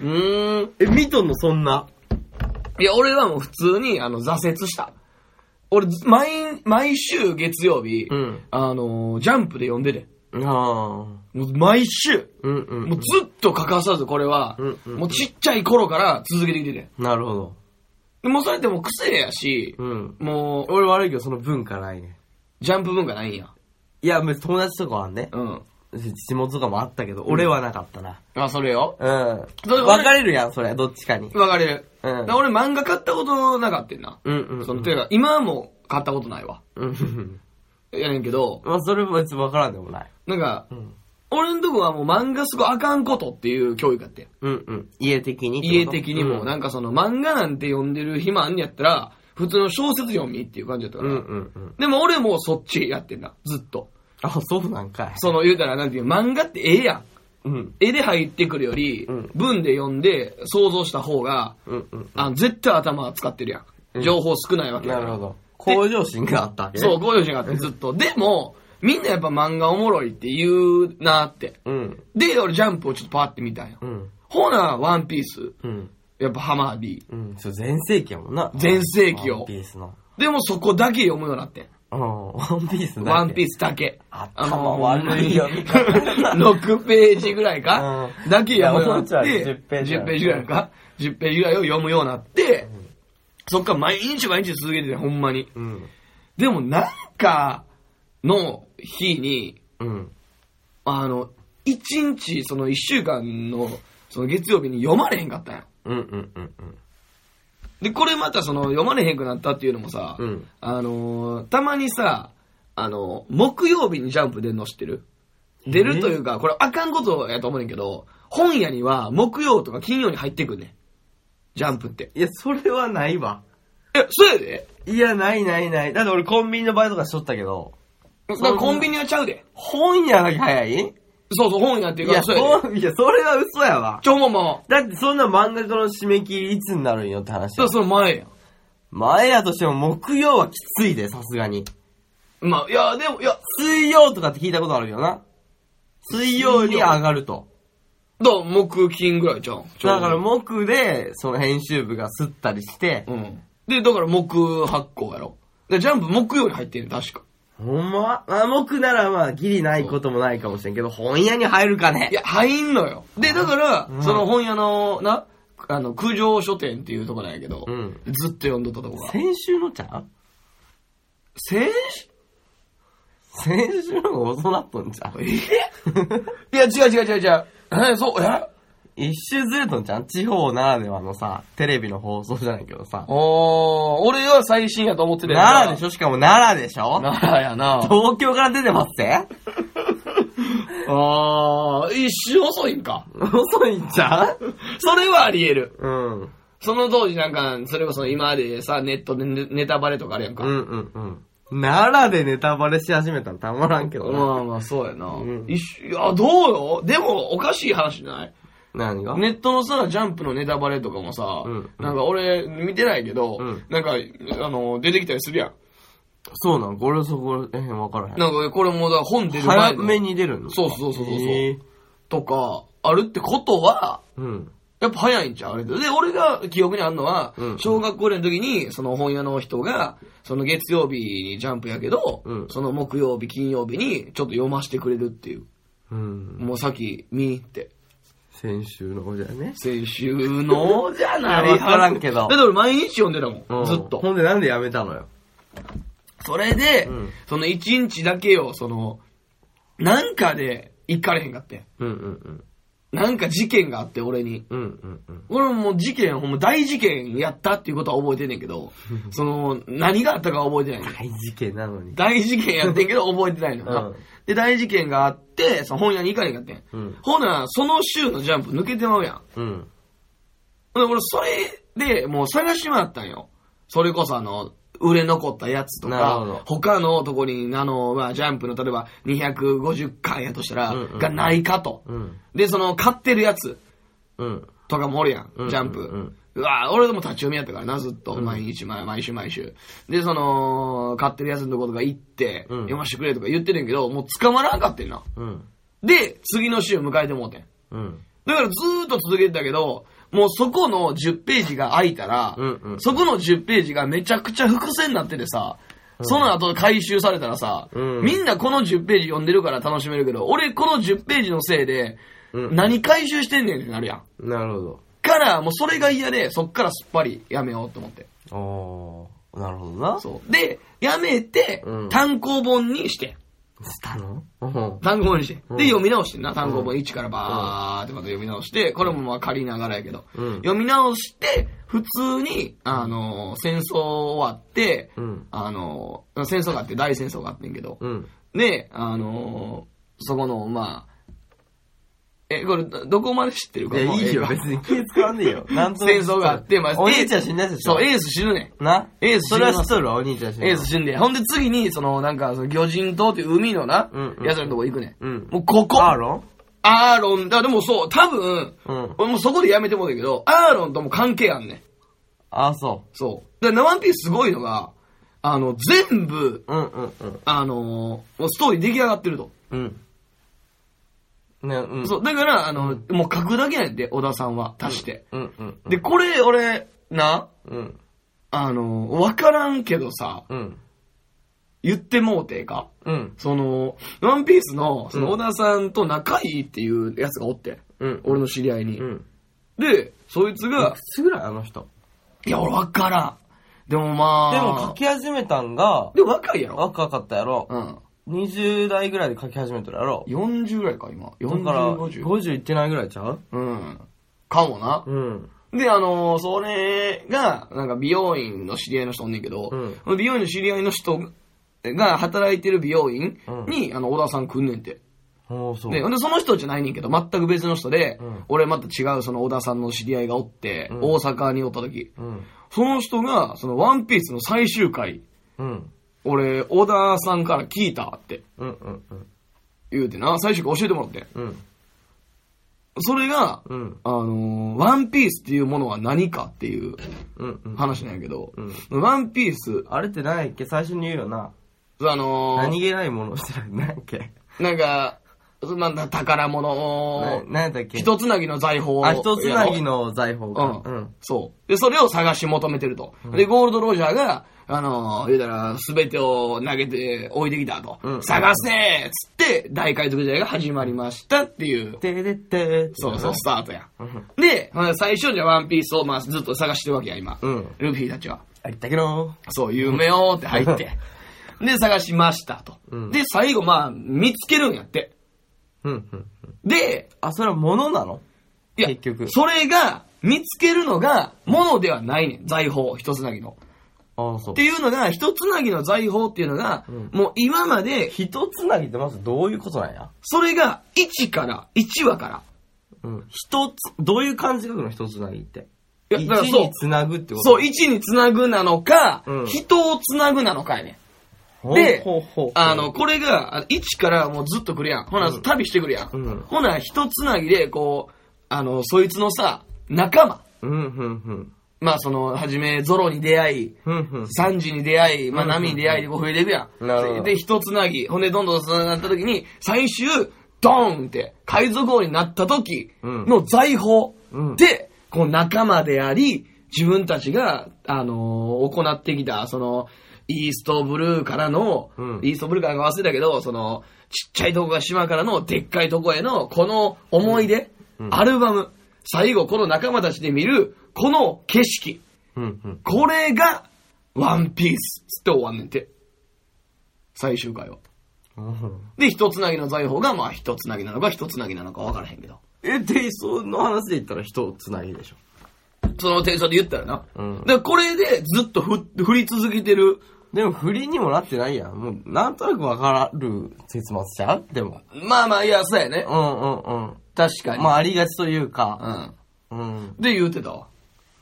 S1: うーん。
S2: え、見とんのそんな。
S1: いや、俺はもう普通に、あの、挫折した。俺、毎、毎週月曜日、
S2: うん
S1: あのー、ジャンプで読んでて。
S2: ああ。
S1: もう毎週、
S2: うんうん、
S1: もうずっと欠かさずこれは、
S2: うんうん
S1: もうちっちゃい頃から続けてきてて。
S2: なるほど。
S1: でもうそれってもう癖やし、
S2: うん。
S1: もう、
S2: 俺悪いけど、その文化ないね。
S1: ジャンプ文化ないんや。
S2: いや、別に友達とかはね、
S1: うん。
S2: 地元とかもあったけど、俺はなかったな。
S1: あ、それよ。
S2: うん。
S1: それ
S2: 分かれるやん、それ、どっちかに。
S1: わかる。
S2: うん
S1: だから俺漫画買ったことなかったんな。
S2: うんうんうん
S1: その、ていうか、今はもう買ったことないわ。
S2: うんうん。
S1: やねんけど、
S2: まあ、それも別に分からんでもない。
S1: なんか、
S2: ん
S1: 俺のとこはもう漫画すごいあかんことっていう教育やってん。
S2: うんうん。家的に
S1: 家的にも、
S2: な。
S1: なんかその漫画なんて読んでる暇あんねやったら、普通の小説読みっていう感じだったか
S2: うん
S1: ら。
S2: うんうん。
S1: でも俺もうそっちやってんだ。ずっと。
S2: あ、そうなんかい。
S1: その言うたらなんていう、漫画って絵やん。
S2: うん。
S1: 絵で入ってくるより、
S2: うん
S1: 文で読んで想像した方が、
S2: うんうん。
S1: あの絶対頭使ってるや
S2: うん
S1: ん。情報少ないわけだ
S2: な
S1: から
S2: るほど。向上心があったわけね
S1: そう、。こういうじがあってずっと。でも、みんなやっぱ漫画おもろいって言うなって。
S2: うん。
S1: で、俺ジャンプをちょっとパーって見たんよ。
S2: うん。
S1: ほな、ワンピース。
S2: うん。
S1: やっぱハマービ
S2: うん。そう、全盛期やもんな。
S1: 全盛期よ
S2: ワンピースの。
S1: ー。でもそこだけ読むようになってん。
S2: うん。ワンピース
S1: ワンピー
S2: ス。
S1: スだけ。
S2: 頭悪いよ
S1: あの6 (laughs) ページぐらいか、
S2: うん
S1: だけ読むようになっ
S2: いや
S1: て
S2: もう、ちょい
S1: 10
S2: 10
S1: ページぐらいか ?10 ページぐらいを読むようになって、そっから毎日毎日続けてて、ほんまに。
S2: うん。
S1: でもなんかの日に、
S2: うん。
S1: あの、1日、その1週間の、その月曜日に読まれへんかったんよ。
S2: うんうんうんうん。
S1: で、これまたその読まれへんくなったっていうのもさ、
S2: うん
S1: あのーたまにさ、あのー木曜日にジャンプ出るの知ってる出るというか、これあかんことやと思うねんけど、本屋には木曜とか金曜に入ってくんねん。ジャンプって。
S2: いや、それはないわ。
S1: え、そうやで
S2: いや、ないないない。だって俺コンビニのバイトとかしとったけど、
S1: だからコンビニはちゃうで。
S2: 本屋だけ早い
S1: そうそう、本屋ってい
S2: いう
S1: か、
S2: や、
S1: そうやで。
S2: そう、いや、それは嘘やわ。
S1: ちょもも、
S2: だってそんな漫画家の締め切りいつになるんよって話
S1: そうそう、前やん。
S2: 前やとしても木曜はきついで、さすがに。
S1: まあ、いや、でも、いや、
S2: 水曜とかって聞いたことあるよな。水曜に上がると。
S1: どう木金ぐらいじゃうん。ちょう
S2: だ
S1: ど
S2: から木で、その編集部が吸ったりして、
S1: うん。で、だから木発行やろ。で、ジャンプ木曜に入ってんねん確か。
S2: ほんまあ木ならまあギリないこともないかもしれんけど、本屋に入るかね
S1: いや、入んのよ。で、だから、
S2: うん
S1: その本屋の、な、あの、九条書店っていうとこなんやけど、
S2: うん
S1: ずっと読んどったとこが。
S2: 先週のちゃん
S1: 先
S2: 先週の方が遅なっとんちゃう
S1: えいや、違う違う違う違う。え、そう、え
S2: (laughs) 一周ずれとんちゃう地方ならではのさ、テレビの放送じゃないけどさ。
S1: おー、俺は最新やと思ってたやん
S2: 奈良でしょしかも奈良でしょ
S1: 奈良や (laughs) な。
S2: 東京から出てますって
S1: あー、一瞬遅いんか。
S2: 遅いんちゃう
S1: それはあり得る。
S2: うん。うん
S1: その当時なんか、それこそ今までさ、ネットでネネタバレとかあるやんか。
S2: うんうん。奈良でネタバレし始めたらたまらんけどな。
S1: まあまあ、そうやな。
S2: うん
S1: 一緒いや、どうよでも、おかしい話じゃない
S2: 何が
S1: ネットのさ、ジャンプのネタバレとかもさ、
S2: うん
S1: なんか俺、見てないけど、
S2: うん
S1: なんか、あの、出てきたりするやん。
S2: そうなんこれそこら辺分からへん。
S1: なんか、これもだ、本出る前
S2: 早
S1: の
S2: めに出るの
S1: そうそうそうそうそう
S2: へえ
S1: とか、あるってことは、
S2: うん。
S1: やっぱ早いんちゃうあれで、俺が記憶にあるのは、
S2: うん
S1: 小学校ぐらいの時に、その本屋の人が、その月曜日にジャンプやけど、
S2: うん
S1: その木曜日、金曜日に、ちょっと読ませてくれるっていう。
S2: うん。
S1: もうさっき、見って。
S2: 先週のじゃね。
S1: 先週のじゃない
S2: いやわからんけど
S1: だって俺毎日読んでたも、
S2: うんん
S1: ずっと。
S2: ほんでなんでやめたのよ。
S1: それで、
S2: うん
S1: その一日だけよ、その、なんかで行かれへんかってん。
S2: うんうん
S1: なんか事件があって、俺に。
S2: うん。うんうんうん。
S1: 俺ももう事件、ほんま大事件やったっていうことは覚えてんねんけ
S2: (laughs)
S1: ど、その、何があったかは覚えてないねん。
S2: 大事件なのに。
S1: 大事件やってんけど覚えてないのよな、
S2: うん
S1: で、大事件があって、その本屋に行かれへんかってん。
S2: うん
S1: ほな、その週のジャンプ抜けてまうやん。
S2: うん。
S1: ほんで俺、それで、もう探し回ったんよ。それこそあの、売れ残ったやつと
S2: なるほ
S1: か
S2: ど、
S1: 他のとこに、あの、まあ、ジャンプの例えば250回やとしたら、
S2: うんうん
S1: がないかと。
S2: うん。
S1: で、その、買ってるやつ
S2: うん。
S1: とかもおるやん、
S2: うんうん
S1: ジャンプ。
S2: うんうん
S1: うわ俺でも立ち読みやったからな、ずっと。毎日、毎毎週、毎週。で、その、買ってるやつのとことか行って、
S2: うん
S1: 読ませてくれとか言ってるんやけど、もう捕まらんかってんな。
S2: うん。
S1: で、次の週迎えてもうてん。
S2: うん。
S1: だからずーっと続けてたけど、もうそこの10ページが空いたら、
S2: うんうん
S1: そこの10ページがめちゃくちゃ伏線になっててさ、その後回収されたらさ、
S2: うん
S1: みんなこの10ページ読んでるから楽しめるけど、俺この10ページのせいで、
S2: うん
S1: 何回収してんねんってなるやん。
S2: なるほど。
S1: から、もうそれが嫌で、そっからすっぱりやめようと思って。
S2: ああ、なるほどな。
S1: そう。で、やめて、
S2: うん
S1: 単行本にして。
S2: したのうん。
S1: 単行本にして。
S2: うん
S1: で、読み直してんな。単行本1からバーってまた読み直して、これもまあ借りながらやけど。
S2: うん
S1: 読み直して、普通に、あのー、戦争終わって、
S2: うん
S1: あのー、戦争があって、大戦争があってんけど。
S2: うん。
S1: で、あのー、そこの、まあ、え、これ、どどこまで知ってる
S2: い
S1: か
S2: や、
S1: もう
S2: いいよ。
S1: ええか
S2: (laughs) 別に気使わんで (laughs) いいよ。なんとなく
S1: 戦争があって、まあ、
S2: お兄ちゃん死んだやつでしょ
S1: そう、エース死ぬねん。
S2: な
S1: エース死
S2: そ
S1: に
S2: れ
S1: ま
S2: は
S1: す
S2: 知っとるわ、お兄ちゃん死んだ
S1: エース死んで。ほんで次に、その、なんか、その魚人島っていう海のな、
S2: うんうん
S1: 奴らのとこ行くね。
S2: うん
S1: もうここ、
S2: アーロン
S1: アーロン、だ、でもそう、多分、
S2: うん
S1: 俺もうそこでやめてもうたけど、アーロンとも関係あんねん。
S2: ああ、そ
S1: そう。だから、ワンピースすごいのが、あの、全部、
S2: う。うんうんうん。
S1: あのーもうストーリー出来上がってると。
S2: うん。ね、うん。
S1: そう、だから、あの、もう書くだけやんで、小田さんは、足して。
S2: うんうん。
S1: で、これ、俺、な、
S2: うん。
S1: あのーわからんけどさ、
S2: うん。
S1: 言ってもうてえか。
S2: うん。
S1: その、ワンピースの、その、
S2: うん
S1: 小田さんと仲いいっていうやつがおって。
S2: うん。
S1: 俺の知り合いに。
S2: うん。
S1: で、そいつ
S2: い
S1: が
S2: く、つぐらいあの人。
S1: いや、俺わからん。でもまあ、
S2: でも書き始めたんが、
S1: でも若いやろ。
S2: 若かったやろ。
S1: うん。
S2: 20代ぐらいで書き始めとるやろ。
S1: 40ぐらいか、今。
S2: だ
S1: 40、
S2: から、
S1: 50。
S2: 50いってないぐらいちゃう
S1: うん。かもな。
S2: うん。
S1: で、あのーそれが、なんか美容院の知り合いの人おんねんけど、
S2: うん
S1: その美容院の知り合いの人が働いてる美容院に、あの、小田さん来んねんて。
S2: おー、そう。
S1: で、ほんでその人じゃないねんけど、全く別の人で、
S2: うん
S1: 俺また違うその小田さんの知り合いがおって、
S2: うん
S1: 大阪におった時、
S2: うん。
S1: その人が、そのワンピースの最終回、
S2: うん。
S1: 俺、小田さんから聞いたって
S2: うんうんうん。
S1: 言うてな、最終回教えてもらって。
S2: うん。
S1: それが、
S2: うん。
S1: あのーワンピースっていうものは何かっていう
S2: うんうん。
S1: 話なんやけど、
S2: うん
S1: ワンピース、
S2: あれって何やっけ最初に言うよな。
S1: あのー
S2: 何気ないものをしてない。何やっけ
S1: なんか、なんだ、宝物
S2: な
S1: を、
S2: 何やったっけ
S1: 一つなぎの財宝を
S2: あ、一つなぎの財宝
S1: う
S2: か。
S1: ん。そう。で、それを探し求めてると。で、ゴールドロジャーが、あのー、言うたら、すべてを投げて置いてきたと。
S2: うん
S1: 探せーっつって、大海賊時代が始まりましたっていう、
S2: てれってーって
S1: そうそう、スタートや。
S2: うん。
S1: で、まあ最初じゃワンピースを、まあ、ずっと探してるわけや、今。
S2: うん。
S1: ルフィたちは。
S2: ありったけど
S1: そう、夢をって入って。で、探しましたと。
S2: うん
S1: で、最後、まあ、見つけるんやって。
S2: ー。うんうん。
S1: で、
S2: あ、それは物なの
S1: いや、
S2: 結局
S1: それが、見つけるのが、ものではないねん。財宝、一つなぎの。
S2: ああ、そ
S1: っ。ていうのが、一つなぎの財宝っていうのが、
S2: うん
S1: もう今まで、
S2: 一つなぎってまずどういうことなんや
S1: それが1から、1話から。
S2: うん。一つ、どういう漢字書くの一つなぎって。
S1: いや
S2: 一
S1: だからそう
S2: につなぐってこと
S1: そう、1につなぐなのか、
S2: うん
S1: 人をつなぐなのかやねん。
S2: ほう
S1: で
S2: ほうほう
S1: あの、、これが、あの1からもうずっと来るやん。ほな、
S2: うん
S1: 旅してくるやん。
S2: うん
S1: ほな、一つなぎで、こう、あの、そいつのさ、仲間。
S2: うん、うん、うん。
S1: まあ、その、はじめ、ゾロに出会い、
S2: うん、うん。
S1: サンジに出会い、まあ、
S2: うん
S1: 波に出会いでこう増えていくやん。
S2: なるほど
S1: で、一つなぎ、ほんでどんどんつながった時に、最終、ドーンって、海賊王になった時の財宝
S2: うん
S1: で、こう仲間であり、自分たちが、あのー行ってきた、その、イーストブルーからの、
S2: うん
S1: イーストブルーからか忘れたけど、その、ちっちゃいとこが島からの、でっかいとこへの、この思い出、
S2: うん
S1: アルバム、最後この仲間たちで見る、この景色、
S2: うん、うん。
S1: これが、ワンピースっつって終わんねんて。最終回は。
S2: うん
S1: で、一つなぎの財宝が、まあ、一つなぎなのか、一つなぎなのか分からへんけど。
S2: え、で、その話で言ったら一つなぎでしょ。
S1: そのテンションで言ったらな。
S2: うん
S1: で、これでずっと振振り続けてる。
S2: でも振りにもなってないやん。もう、なんとなくわからる結末ちゃうでも。
S1: まあまあ、いや、そうやね
S2: う。んうんうん。
S1: 確かに。
S2: まあ、ありがちというか、
S1: あ、
S2: うん。
S1: うん。で、言うてたわ。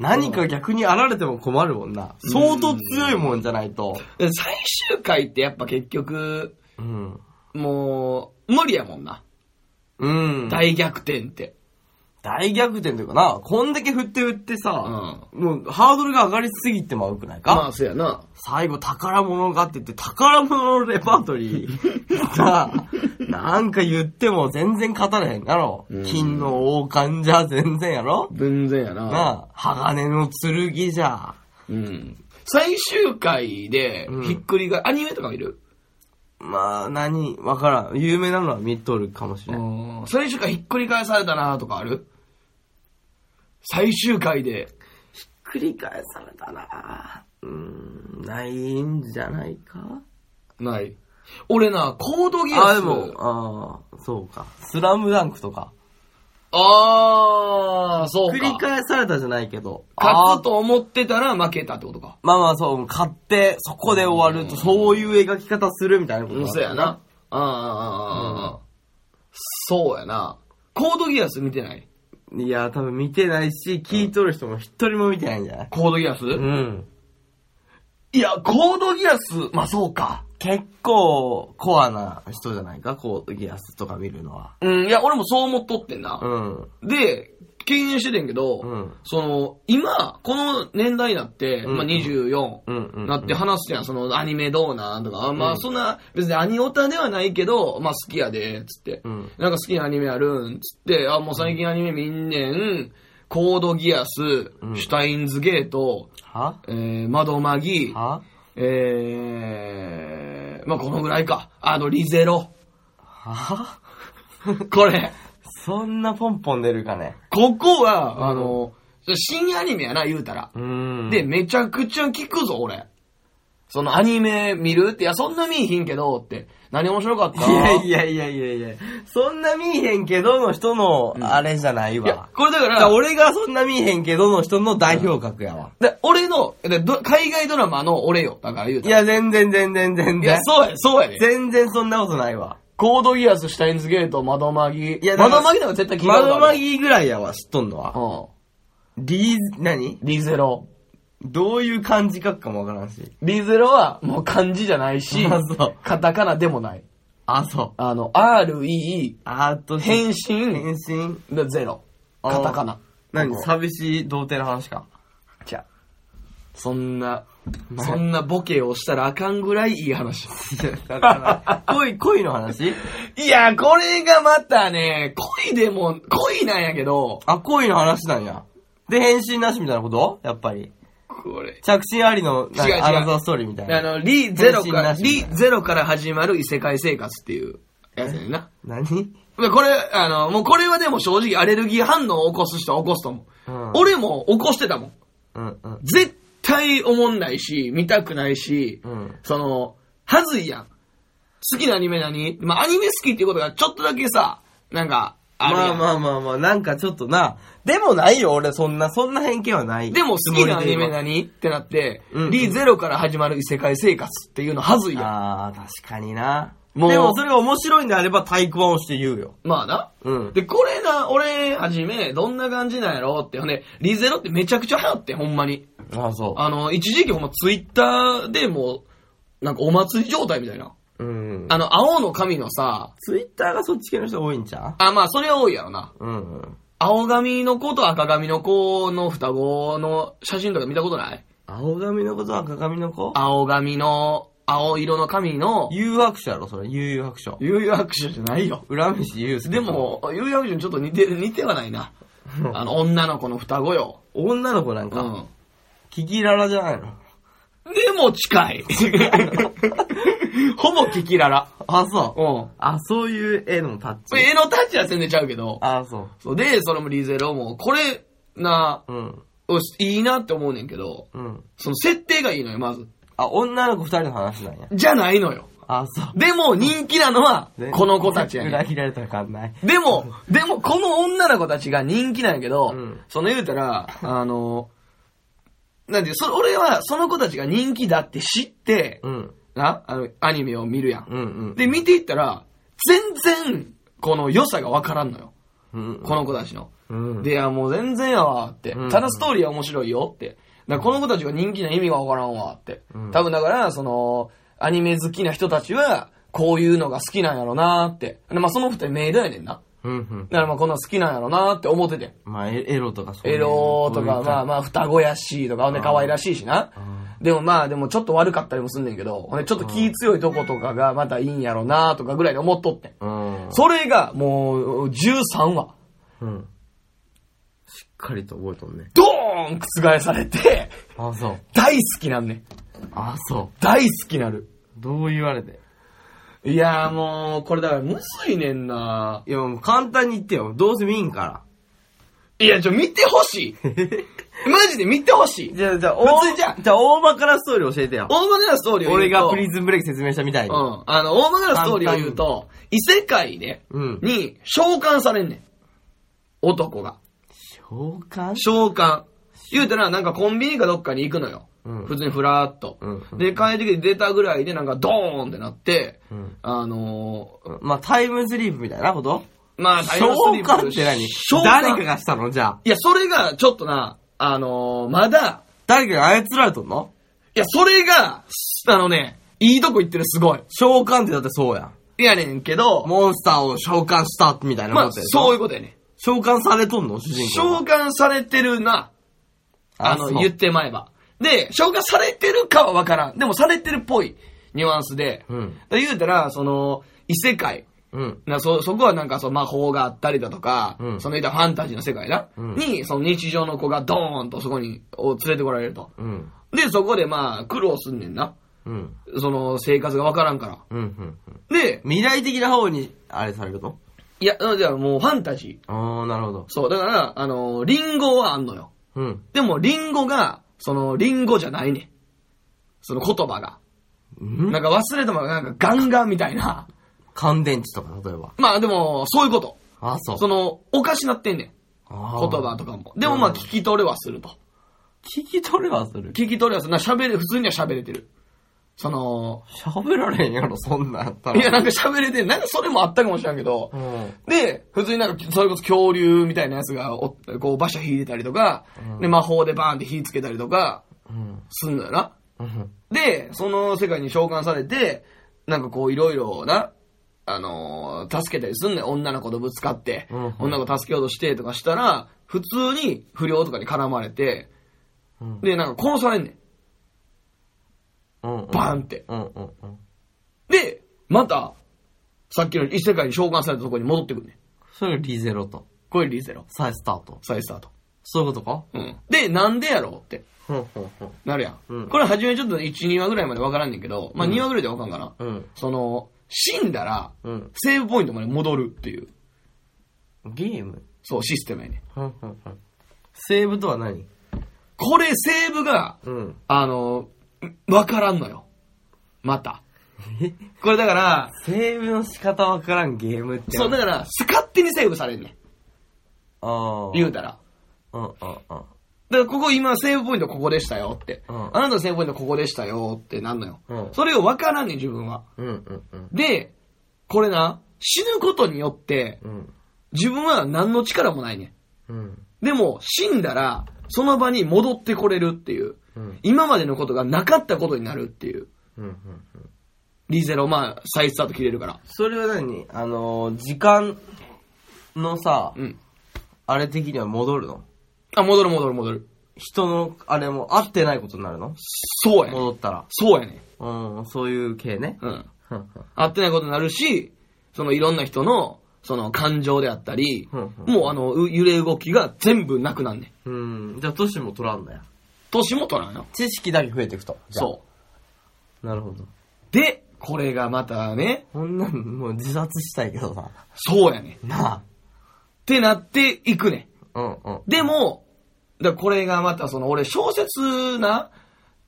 S2: 何か逆にあられても困るもんな。相当強いもんじゃないと。
S1: で最終回ってやっぱ結局、
S2: うん。
S1: もう、無理やもんな。
S2: うん。
S1: 大逆転って。
S2: 大逆転というかな、こんだけ振って振ってさ、もうハードルが上がりすぎてまうくないか、
S1: まあ、そうやな。
S2: 最後宝物があってって、宝物のレパートリ
S1: (laughs)
S2: ーが、なんか言っても全然勝たれへんやろ
S1: うん。
S2: 金の王冠じゃ全然やろ
S1: 全然やな。
S2: なあ、鋼の剣じゃ。
S1: うん。最終回で、ひっくりが、アニメとか見る
S2: まあ、何、わからん。有名なのは見とるかもしれん。
S1: 最終回ひっくり返されたなとかある最終回で。
S2: 繰り返されたなうーん、ないんじゃないか
S1: ない。俺な、コードギアス。
S2: あ、でも、ああ、そうか。スラムダンクとか。
S1: あー、そうか。
S2: 繰り返されたじゃないけど。
S1: 勝
S2: あ
S1: つと思ってたら負けたってことか。
S2: まあまあそう、買って、そこで終わると、そういう描き方するみたいなこと
S1: うん、そうやな。。あーあー、あーあーそうやな。コードギアス見てない
S2: いや、多分見てないし、聞いとる人も一人も見てないんじゃない
S1: コードギアス、
S2: うん。
S1: いや、コードギアス、まあそうか。
S2: 結構、コアな人じゃないかこう、ギアスとか見るのは。
S1: うん、いや、俺もそう思っとってんな。
S2: うん。
S1: で、敬遠しててんけど、
S2: うん
S1: その、今、この年代になって、
S2: うん
S1: まあ24、
S2: うんうんうん
S1: なって話すやん、そのアニメどうなんとか、ま
S2: う
S1: あ
S2: ん
S1: そんな、別にアニオタではないけど、まあ好きやで、つって、
S2: うん
S1: なんか好きなアニメあるん、つって、あ、もう最近アニメ見んねん、コードギアス、
S2: ん
S1: シュタインズゲート、
S2: は
S1: えー、窓マギ、
S2: は
S1: えー、まあこのぐらいか。あの、リゼロ。
S2: は
S1: これ。
S2: そんなポンポン出るかね。
S1: ここは、あの、新アニメやな、言うたら。
S2: うん
S1: で、、めちゃくちゃ聞くぞ、俺。そのアニメ見るって、いや、そんな見えひんけど、って。何面白かっ
S2: い
S1: た
S2: やいやいやいやいや、そんな見えへんけどの人の、あれじゃない
S1: いや
S2: わ。
S1: これだか
S2: だから
S1: ら、
S2: 俺がそんな見えへんけどの人の代表格やわ。
S1: で俺のでど海外ドラマの俺よ。だから言う
S2: い
S1: たら。
S2: や、全然全然全
S1: いや
S2: 然。
S1: そうや、そうやで。
S2: 全然そんなことないわ。
S1: コードギアス、シュタインズゲート、窓マギ。
S2: いやだから
S1: 窓マギなんか絶対聞いたことあ
S2: 窓
S1: る。
S2: マギぐらいやわ、知っとんのは。
S1: う
S2: リー、何
S1: ん。リゼロ。
S2: どういう漢字書くかもわからんし。
S1: リゼロは、もう漢字じゃないし
S2: (laughs) あそう、
S1: カタカナでもない。
S2: あ、そう。
S1: あの、RE、
S2: アート
S1: 変身、
S2: 変身。
S1: でゼロ。
S2: あー
S1: カタカナ。
S2: 何
S1: ここ
S2: 寂しい童貞の
S1: (laughs)
S2: 話か。
S1: じゃそんな、そんなボケをしたらあかんぐらいいい話。
S2: だから恋、恋の話
S1: いや、これがまたね、恋でも、恋なんやけど、
S2: あ、恋の話なんや。で、変身なしみたいなことやっぱり。
S1: これ。
S2: 着信ありの、な
S1: 違う違う
S2: アナザーストーリーみたい
S1: あ
S2: な。
S1: の、リゼロ
S2: 変身
S1: から、
S2: なしみたい
S1: リ
S2: な
S1: ゼロから始まる異世界生活っていうやつやねんな。
S2: 何
S1: でこれ、あの、もうこれはでも正直アレルギー反応を起こす人は起こすと思う。
S2: うん
S1: 俺も起こしてたもん。
S2: うんうん。
S1: 絶対思んないし、見たくないし、
S2: うん
S1: その、はずいやん。好きなアニメ何まあ、アニメ好きっていうことがちょっとだけさ、なんか、ある
S2: ま
S1: や
S2: あ
S1: ん。
S2: まあまあまあ、なんかちょっとな、でもないよ、俺、そんな、そんな偏見はない。
S1: でも好きなアニメ
S2: い。
S1: 何ってなって、
S2: うん
S1: リゼロから始まる異世界生活っていうのはずいやん。
S2: あー、確かにな。
S1: もう
S2: でもそれが面白いんであれば太鼓判をして言うよ。
S1: まあな。
S2: うん
S1: で、これな、俺、はじめ、どんな感じなんやろうって。ほんで、リゼロってめちゃくちゃ流行って、ほんまに。
S2: あそ
S1: あの、一時期ほんまツイッターでもう、なんかお祭り状態みたいな。
S2: う。うん。
S1: あの、青の神のさ、
S2: ツイッターがそっち系の人多いんちゃ
S1: あ、まあ、それは多いやろな。
S2: ううん。
S1: 青髪の子と赤髪の子の双子の写真とか見たことない
S2: 青髪の子と赤髪の子
S1: 青髪の、青色の髪の、
S2: 誘白書やろ、それ。悠々白書。
S1: 悠々白書じゃないよ。
S2: 裏飯悠介。
S1: で、も、悠々白書にちょっと似て、似てはないな。あの、女の子の双子よ。
S2: 女の子なん
S1: う
S2: か、
S1: ん。
S2: キキララじゃないの。
S1: でも近い。ほぼキキララ。
S2: あ、そう。
S1: うん。
S2: あ、そういう絵のタッチ。
S1: 絵のタッチは全然ちゃうけど。
S2: あ、そ
S1: そうで、それもリゼロも、これ、な、
S2: う。うん。
S1: おしいいなって思うねんけど、
S2: うん。
S1: その設定がいいのよ、まず。
S2: あ、女の子二人の話なんや。
S1: じゃないのよ。
S2: あ、そう。
S1: でも人気なのは、この子たちやねん
S2: 裏切られたらあかんない。
S1: でも、でもこの女の子たちが人気なんやけど、
S2: うん
S1: その言うたら、あの、なんていうそ俺はその子たちが人気だって知って、
S2: うん。
S1: な、あの、アニメを見るやん。
S2: うんうん。
S1: で、見ていったら、全然、この良さがわからんのよ。
S2: うん。
S1: この子たちの。
S2: うん。
S1: で、いや、もう全然やわって
S2: う。ん
S1: ただストーリーは面白いよって。だからこの子たちが人気な意味がわからんわって
S2: うん。
S1: 多分だから、その、アニメ好きな人たちは、こういうのが好きなんやろなって。でまあ、その二人メイドやねんな。
S2: うんうん。
S1: だからまあこんなん好きなんやろなって思ってて。
S2: まあ、エエロとかそういう。
S1: エロとか、まあ
S2: あ。
S1: まあ、双子やしとか、ほんで可愛らしいしな。でもまあ、でもちょっと悪かったりもすんねんけど、ほんでちょっと気強いとことかがまたいいんやろなとかぐらいで思っとってん。
S2: うん。
S1: それがもう、13話、
S2: うん。しっかりと覚えとんね。
S1: ドーン覆されて、
S2: あ、そう。
S1: 大好きなんねん。
S2: あ、そ
S1: 大好きなる。
S2: う。どう言われて。
S1: いやーもう、これだからむずいねんない
S2: や、もう簡単に言ってよ。どうせ見んか
S1: いや、ちょ、見てほし
S2: ら。
S1: い。マジで見てほしい。
S2: (laughs) じゃあ、じゃあ、
S1: 普
S2: 大
S1: 通にじゃあ
S2: じゃあ、大まかなストーリー教えてよ。
S1: 大まかなストーリーを言
S2: 俺
S1: うと
S2: がプリズンブレイク説明したみたいうに。
S1: ん。あの、大まかなストーリーを言うと、異世界で、
S2: うん
S1: に召喚されんねん。男が。
S2: 召喚
S1: 召喚。言うたら、なんかコンビニかどっかに行くのよ。
S2: うん
S1: 普通にふらーっと。
S2: うんうん
S1: で、帰ってきて出たぐらいで、なんかドーンってなって、
S2: うん
S1: あの
S2: まあ、タイムスリープみたいなこと
S1: ー、まあ、タイ
S2: 召
S1: ムスリッ
S2: 喚
S1: プ
S2: って何
S1: 召喚
S2: 誰かがしたのじゃあ。
S1: いや、それが、ちょっとな、あのー、まだ、
S2: 誰かが操られとんの
S1: いや、それが、あのね、いいとこ行ってる、すごい。
S2: 召喚ってだってそうやん。
S1: いやねんけど、
S2: モンスターを召喚したみたいな
S1: ま
S2: こ
S1: あ、
S2: とや
S1: そういう
S2: う。
S1: ことやね。
S2: 召喚されとんの主人公
S1: 召
S2: は。
S1: 喚されてるな、あの、
S2: そう
S1: 言ってまえば。で、消化されてるかはわからん。でもされてるっぽいニュアンスで。
S2: うん
S1: で言うたら、その、異世界。
S2: うん。
S1: なそ、そこはなんかその魔法があったりだとか、
S2: うん
S1: その言ったらファンタジーの世界だ。
S2: うん
S1: に、その日常の子がドーンとそこに、を連れてこられると。
S2: うん。
S1: で、そこでまあ、苦労すんねんな。
S2: うん。
S1: その、生活がわからんから。
S2: うん。うん。
S1: で、
S2: 未来的な方に、あれされると
S1: いや、じゃあもうファンタジー。
S2: ああ、なるほど。
S1: そう、だから、あの、リンゴはあんのよ。
S2: うん。
S1: でも、リンゴが、その、リンゴじゃないねん。その言葉が。
S2: うん
S1: なんか忘れてもなんかガンガンみたい
S2: (laughs)
S1: な。
S2: 乾電池とか、例えば。
S1: まあでも、そういうこと。
S2: あそう。
S1: その、おかしなってんねん。
S2: 言
S1: 言葉。とかも。でもまあ聞き取れはすると。
S2: 聞き取れはする。
S1: 聞き取れはする。な喋れ、普通には喋れてる。その、
S2: 喋られへんやろ、そんなんやったら。
S1: いやなんか喋れてる。なんかそれもあったかもしれんけど
S2: う。ん。
S1: で、普通になんか、それこそ恐竜みたいなやつがおって、こう馬車引いてたりとか、で、魔法でバーンって火つけたりとか、
S2: うん。
S1: すんのよな。
S2: うん。
S1: で、その世界に召喚されて、なんかこういろいろな、あのー助けたりすんねん女の子とぶつかって、
S2: うんうん
S1: 女の子助けようとしてとかしたら、普通に不良とかに絡まれて、
S2: うん
S1: で、なんか殺されんねん。
S2: うん。
S1: バーンって。
S2: うんうんうん。
S1: で、また、さっきの異世界に召喚されたとこに戻ってくんねん。
S2: それがリゼロと。
S1: これリゼロ。
S2: 再スタート。
S1: 再スタート。
S2: そういうことか
S1: うん。で、なんでやろうって
S2: うんうんうん。
S1: なるやん。
S2: うん
S1: これ初めちょっと1、2話ぐらいまでわからんねんけど、まあ2話ぐらいでわかんかな。
S2: うん。
S1: その、死んだら、
S2: うん。
S1: セーブポイントまで戻るっていう、
S2: ゲーム
S1: そう、システムやねん。
S2: うんうんうん。セーブとは何
S1: これ、セーブが、
S2: うん。
S1: あの、わからんのよ。また。これだから、
S2: セーブの仕方わからんゲームって。
S1: そう、だから、勝手にセーブされんね
S2: ああ。
S1: ん。言うたら。
S2: うんうんうん。
S1: だから、ここ今、セーブポイントここでしたよって。
S2: うん
S1: あなたのセーブポイントここでしたよってなんのよ。
S2: うん
S1: それをわからんねん、自分は。
S2: うんうんうん。
S1: で、これな、死ぬことによって、
S2: うん。
S1: 自分は何の力もないねん。
S2: うん。
S1: でも、死んだら、その場に戻ってこれるっていう。
S2: うん。
S1: 今までのことがなかったことになるっていう。
S2: うんうんうん。
S1: リゼロ、まあ、再スタート切れるから。
S2: それは何あのー、時間のさ、
S1: うん。
S2: あれ的には戻るの
S1: あ、戻る戻る戻る。
S2: 人の、あれも合ってないことになるの
S1: そうやね。
S2: 戻ったら。
S1: そうやね。
S2: うん、そういう系ね。
S1: うん。
S2: うん
S1: 合ってないことになるし、そのいろんな人の、その感情であったり、
S2: うんうん
S1: もうあの、う揺れ動きが全部なくなんねん。
S2: うん。うん。じゃあ、年も取らんだよ。
S1: 年も取らんよ。
S2: 知識だけ増えていくと。。
S1: そう
S2: なるほど。
S1: う。で、これがまたね、
S2: こんなん、もう自殺したいけどさ。
S1: そうやねん。っ
S2: な
S1: てなっていくねん。
S2: あ。うんうん。
S1: でも、だからこれがまたその、俺小説な、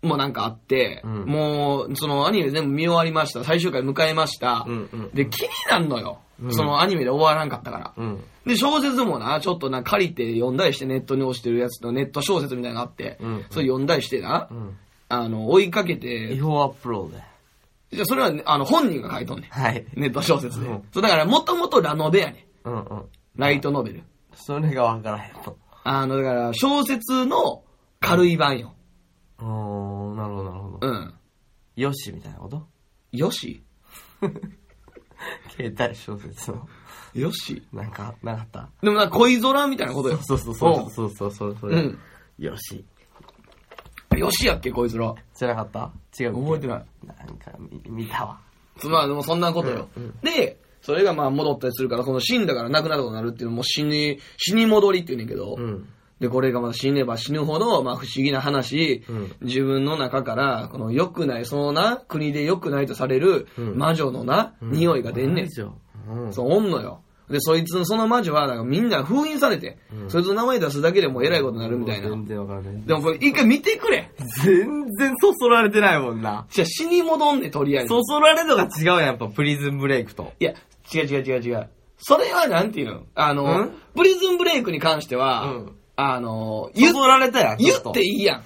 S1: もうなんかあって、
S2: うん
S1: もう、そのアニメ全部見終わりました。最終回迎えました。
S2: うんうんうん
S1: で、気になんのよ。そのアニメで終わらんかったから。
S2: うん。
S1: で、小説もな、ちょっとな、借りて読んだりしてネットに落ちてるやつのネット小説みたいなのがあって、
S2: うん
S1: それ読んだりしてな、
S2: うん。
S1: あの、追いかけ
S2: 違
S1: て、
S2: 法アップロードや
S1: じゃあそれはね、あの、本人が書いとんね
S2: はい。
S1: ん。ネット小説で。
S2: うん
S1: そう、だから、もともとラノベやねん。
S2: うんうん。
S1: ライトノベル。
S2: それがわからへんと。
S1: あの、だから、小説の軽い版よ。
S2: おー、なるほどなるほど。
S1: うん。
S2: よし、みたいなこと
S1: よし
S2: 携帯小説の、
S1: よし。
S2: なんか、なかった。
S1: でもなんか恋空みたいなことよ。
S2: そうそうそうそうそうそうそう。
S1: うん
S2: よし。
S1: うん。よしやっけ、恋空。
S2: じゃなかった違う。
S1: 覚えてない。
S2: なんか見、見たわ。
S1: つまり、でもそんなことよ。で、それがまあ戻ったりするから、その死んだから亡くなることになるっていうのも死に、死に戻りって言うねんけど、
S2: うん。
S1: で、これがまあ死ねば死ぬほど、まあ不思議な話、
S2: うん
S1: 自分の中から、この良くない、そのな、国で良くないとされる
S2: うん
S1: 魔女のな、匂いが出んねん。
S2: ですよ。うん。
S1: そう、おんのよ。で、そいつの、その魔女は、なんかみんな封印されて、そいつの名前出すだけでもう偉いことになるみたいな。
S2: 全然わからない。
S1: でもこれ一回見てくれ
S2: 全然そそられてないもんな。
S1: じゃあ死に戻んねん、とりあえず。
S2: そそられるのが違うやん、やっぱプリズンブレイクと。
S1: いや、違う違う違う違う。それはなんていうのあの、
S2: ん
S1: プリズンブレイクに関しては、
S2: うん
S1: あの、言
S2: そ
S1: っ
S2: そられたやん、ち
S1: 言
S2: ょっと
S1: っていいやん。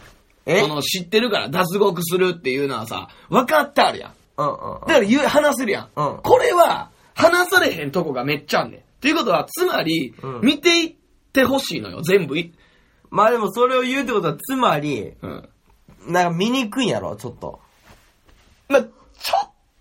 S2: え
S1: その知ってるから脱獄するっていうのはさ、分かってあるやん。
S2: うんうん
S1: だから言う、話せるやん。
S2: うん
S1: これは、話されへんとこがめっちゃあんねん。っていうことは、つまり、
S2: うん
S1: 見ていってほしいのよ、全部い。
S2: まあでもそれを言うってことは、つまり、
S1: うん。
S2: なんか見にくいんやろ、ちょっと。
S1: まあ、ちょ、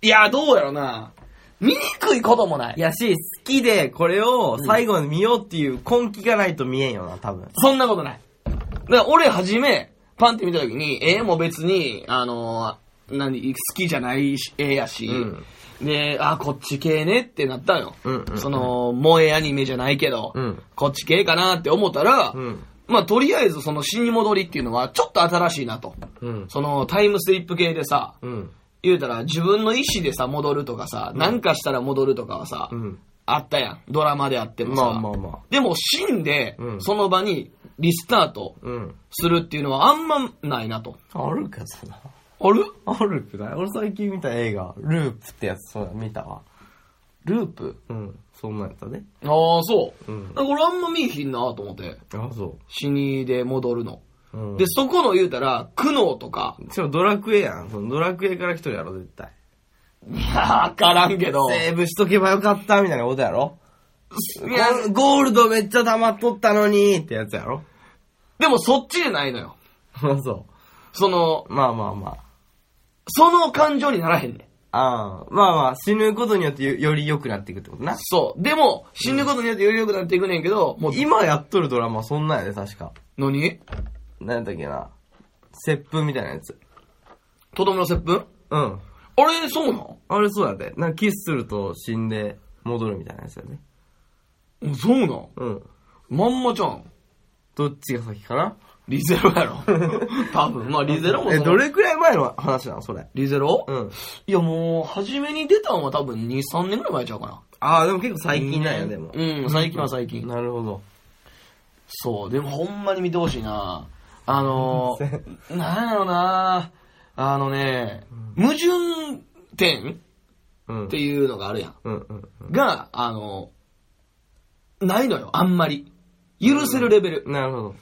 S1: いや、どうやろな。見にくいこともない。
S2: やし、好きでこれを最後に見ようっていう根気がないと見えんよな、多分。
S1: そんなことない。だから俺、はじめ、パンって見たときに、ええもう別に、あのー何、好きじゃないし、ええやし、で、あ、こっち系ねってなったのよ。
S2: うんうんうん
S1: その、萌えアニメじゃないけど、
S2: うん
S1: こっち系かなって思ったら、
S2: うん
S1: まあ、とりあえずその死に戻りっていうのは、ちょっと新しいなと。
S2: うん。
S1: その、タイムスリップ系でさ、
S2: うん。
S1: 言うたら自分の意思でさ、戻るとかさ、なんかしたら戻るとかはさ、
S2: うん。
S1: あったやん。ドラマであってもさ。
S2: まあまあまあ。
S1: でも死んで、
S2: うん
S1: その場にリスタート
S2: うん。
S1: するっていうのはあんまないなと。
S2: あるか、そんな。
S1: ある
S2: あるくない俺最近見た映画、ループってやつ、そうだ、見たわ。
S1: ループ
S2: うん。そんなんやったね。
S1: ああ、そう。
S2: うん
S1: なんか俺あんま見えひんなと思って。
S2: あ、そ
S1: 死にで戻るの。
S2: う。うん。
S1: で、そこの言うたら、苦悩とか。
S2: しかもドラクエやん。そのドラクエから来とるやろ、絶対。
S1: いやわからんけど。い
S2: セーブしとけばよかった、みたいなことやろ。
S1: や、
S2: ゴーゴールドめっちゃ溜まっとったのに、ってやつやろ。
S1: でもそっちじゃないのよ。
S2: あ、 (laughs) そ
S1: その、
S2: う。まあまあま
S1: その感情にならへんねん。
S2: あ。ああ、まあまあ、死ぬことによってよより良くなっていくってことな。
S1: そう。でも、死ぬことによってより良くなっていくねんけど、もう、
S2: 今やっとるドラマそんなんやで、確か。
S1: 何
S2: 何やったっけな。接吻みたいなやつ。
S1: とどめの接吻
S2: うん。
S1: あれ、そうなん
S2: あれそうやで。なんかキスすると死んで戻るみたいなやつやで。
S1: うんそうなん
S2: うん。
S1: まんまちゃん。
S2: どっちが先かな
S1: リゼロや
S2: (laughs)
S1: ろ。多分。まあ、リゼロも
S2: え、
S1: その
S2: どれくらい前の話なのそれ。
S1: リゼロ、
S2: うん。
S1: いや、もう、初めに出たのは多分2、3年ぐらい前ちゃうかな。
S2: ああ、でも結構最近なんや、でも。
S1: うん、最近は最近。
S2: なるほど。
S1: そう、でもほんまに見てほしいな。あの
S2: (laughs)
S1: ー、なんやろな。あのね、矛盾点
S2: うん。
S1: っていうのがあるやん。
S2: うんうん
S1: が、あのー、ないのよ、あんまり。許せるレベル。
S2: うん。なるほど。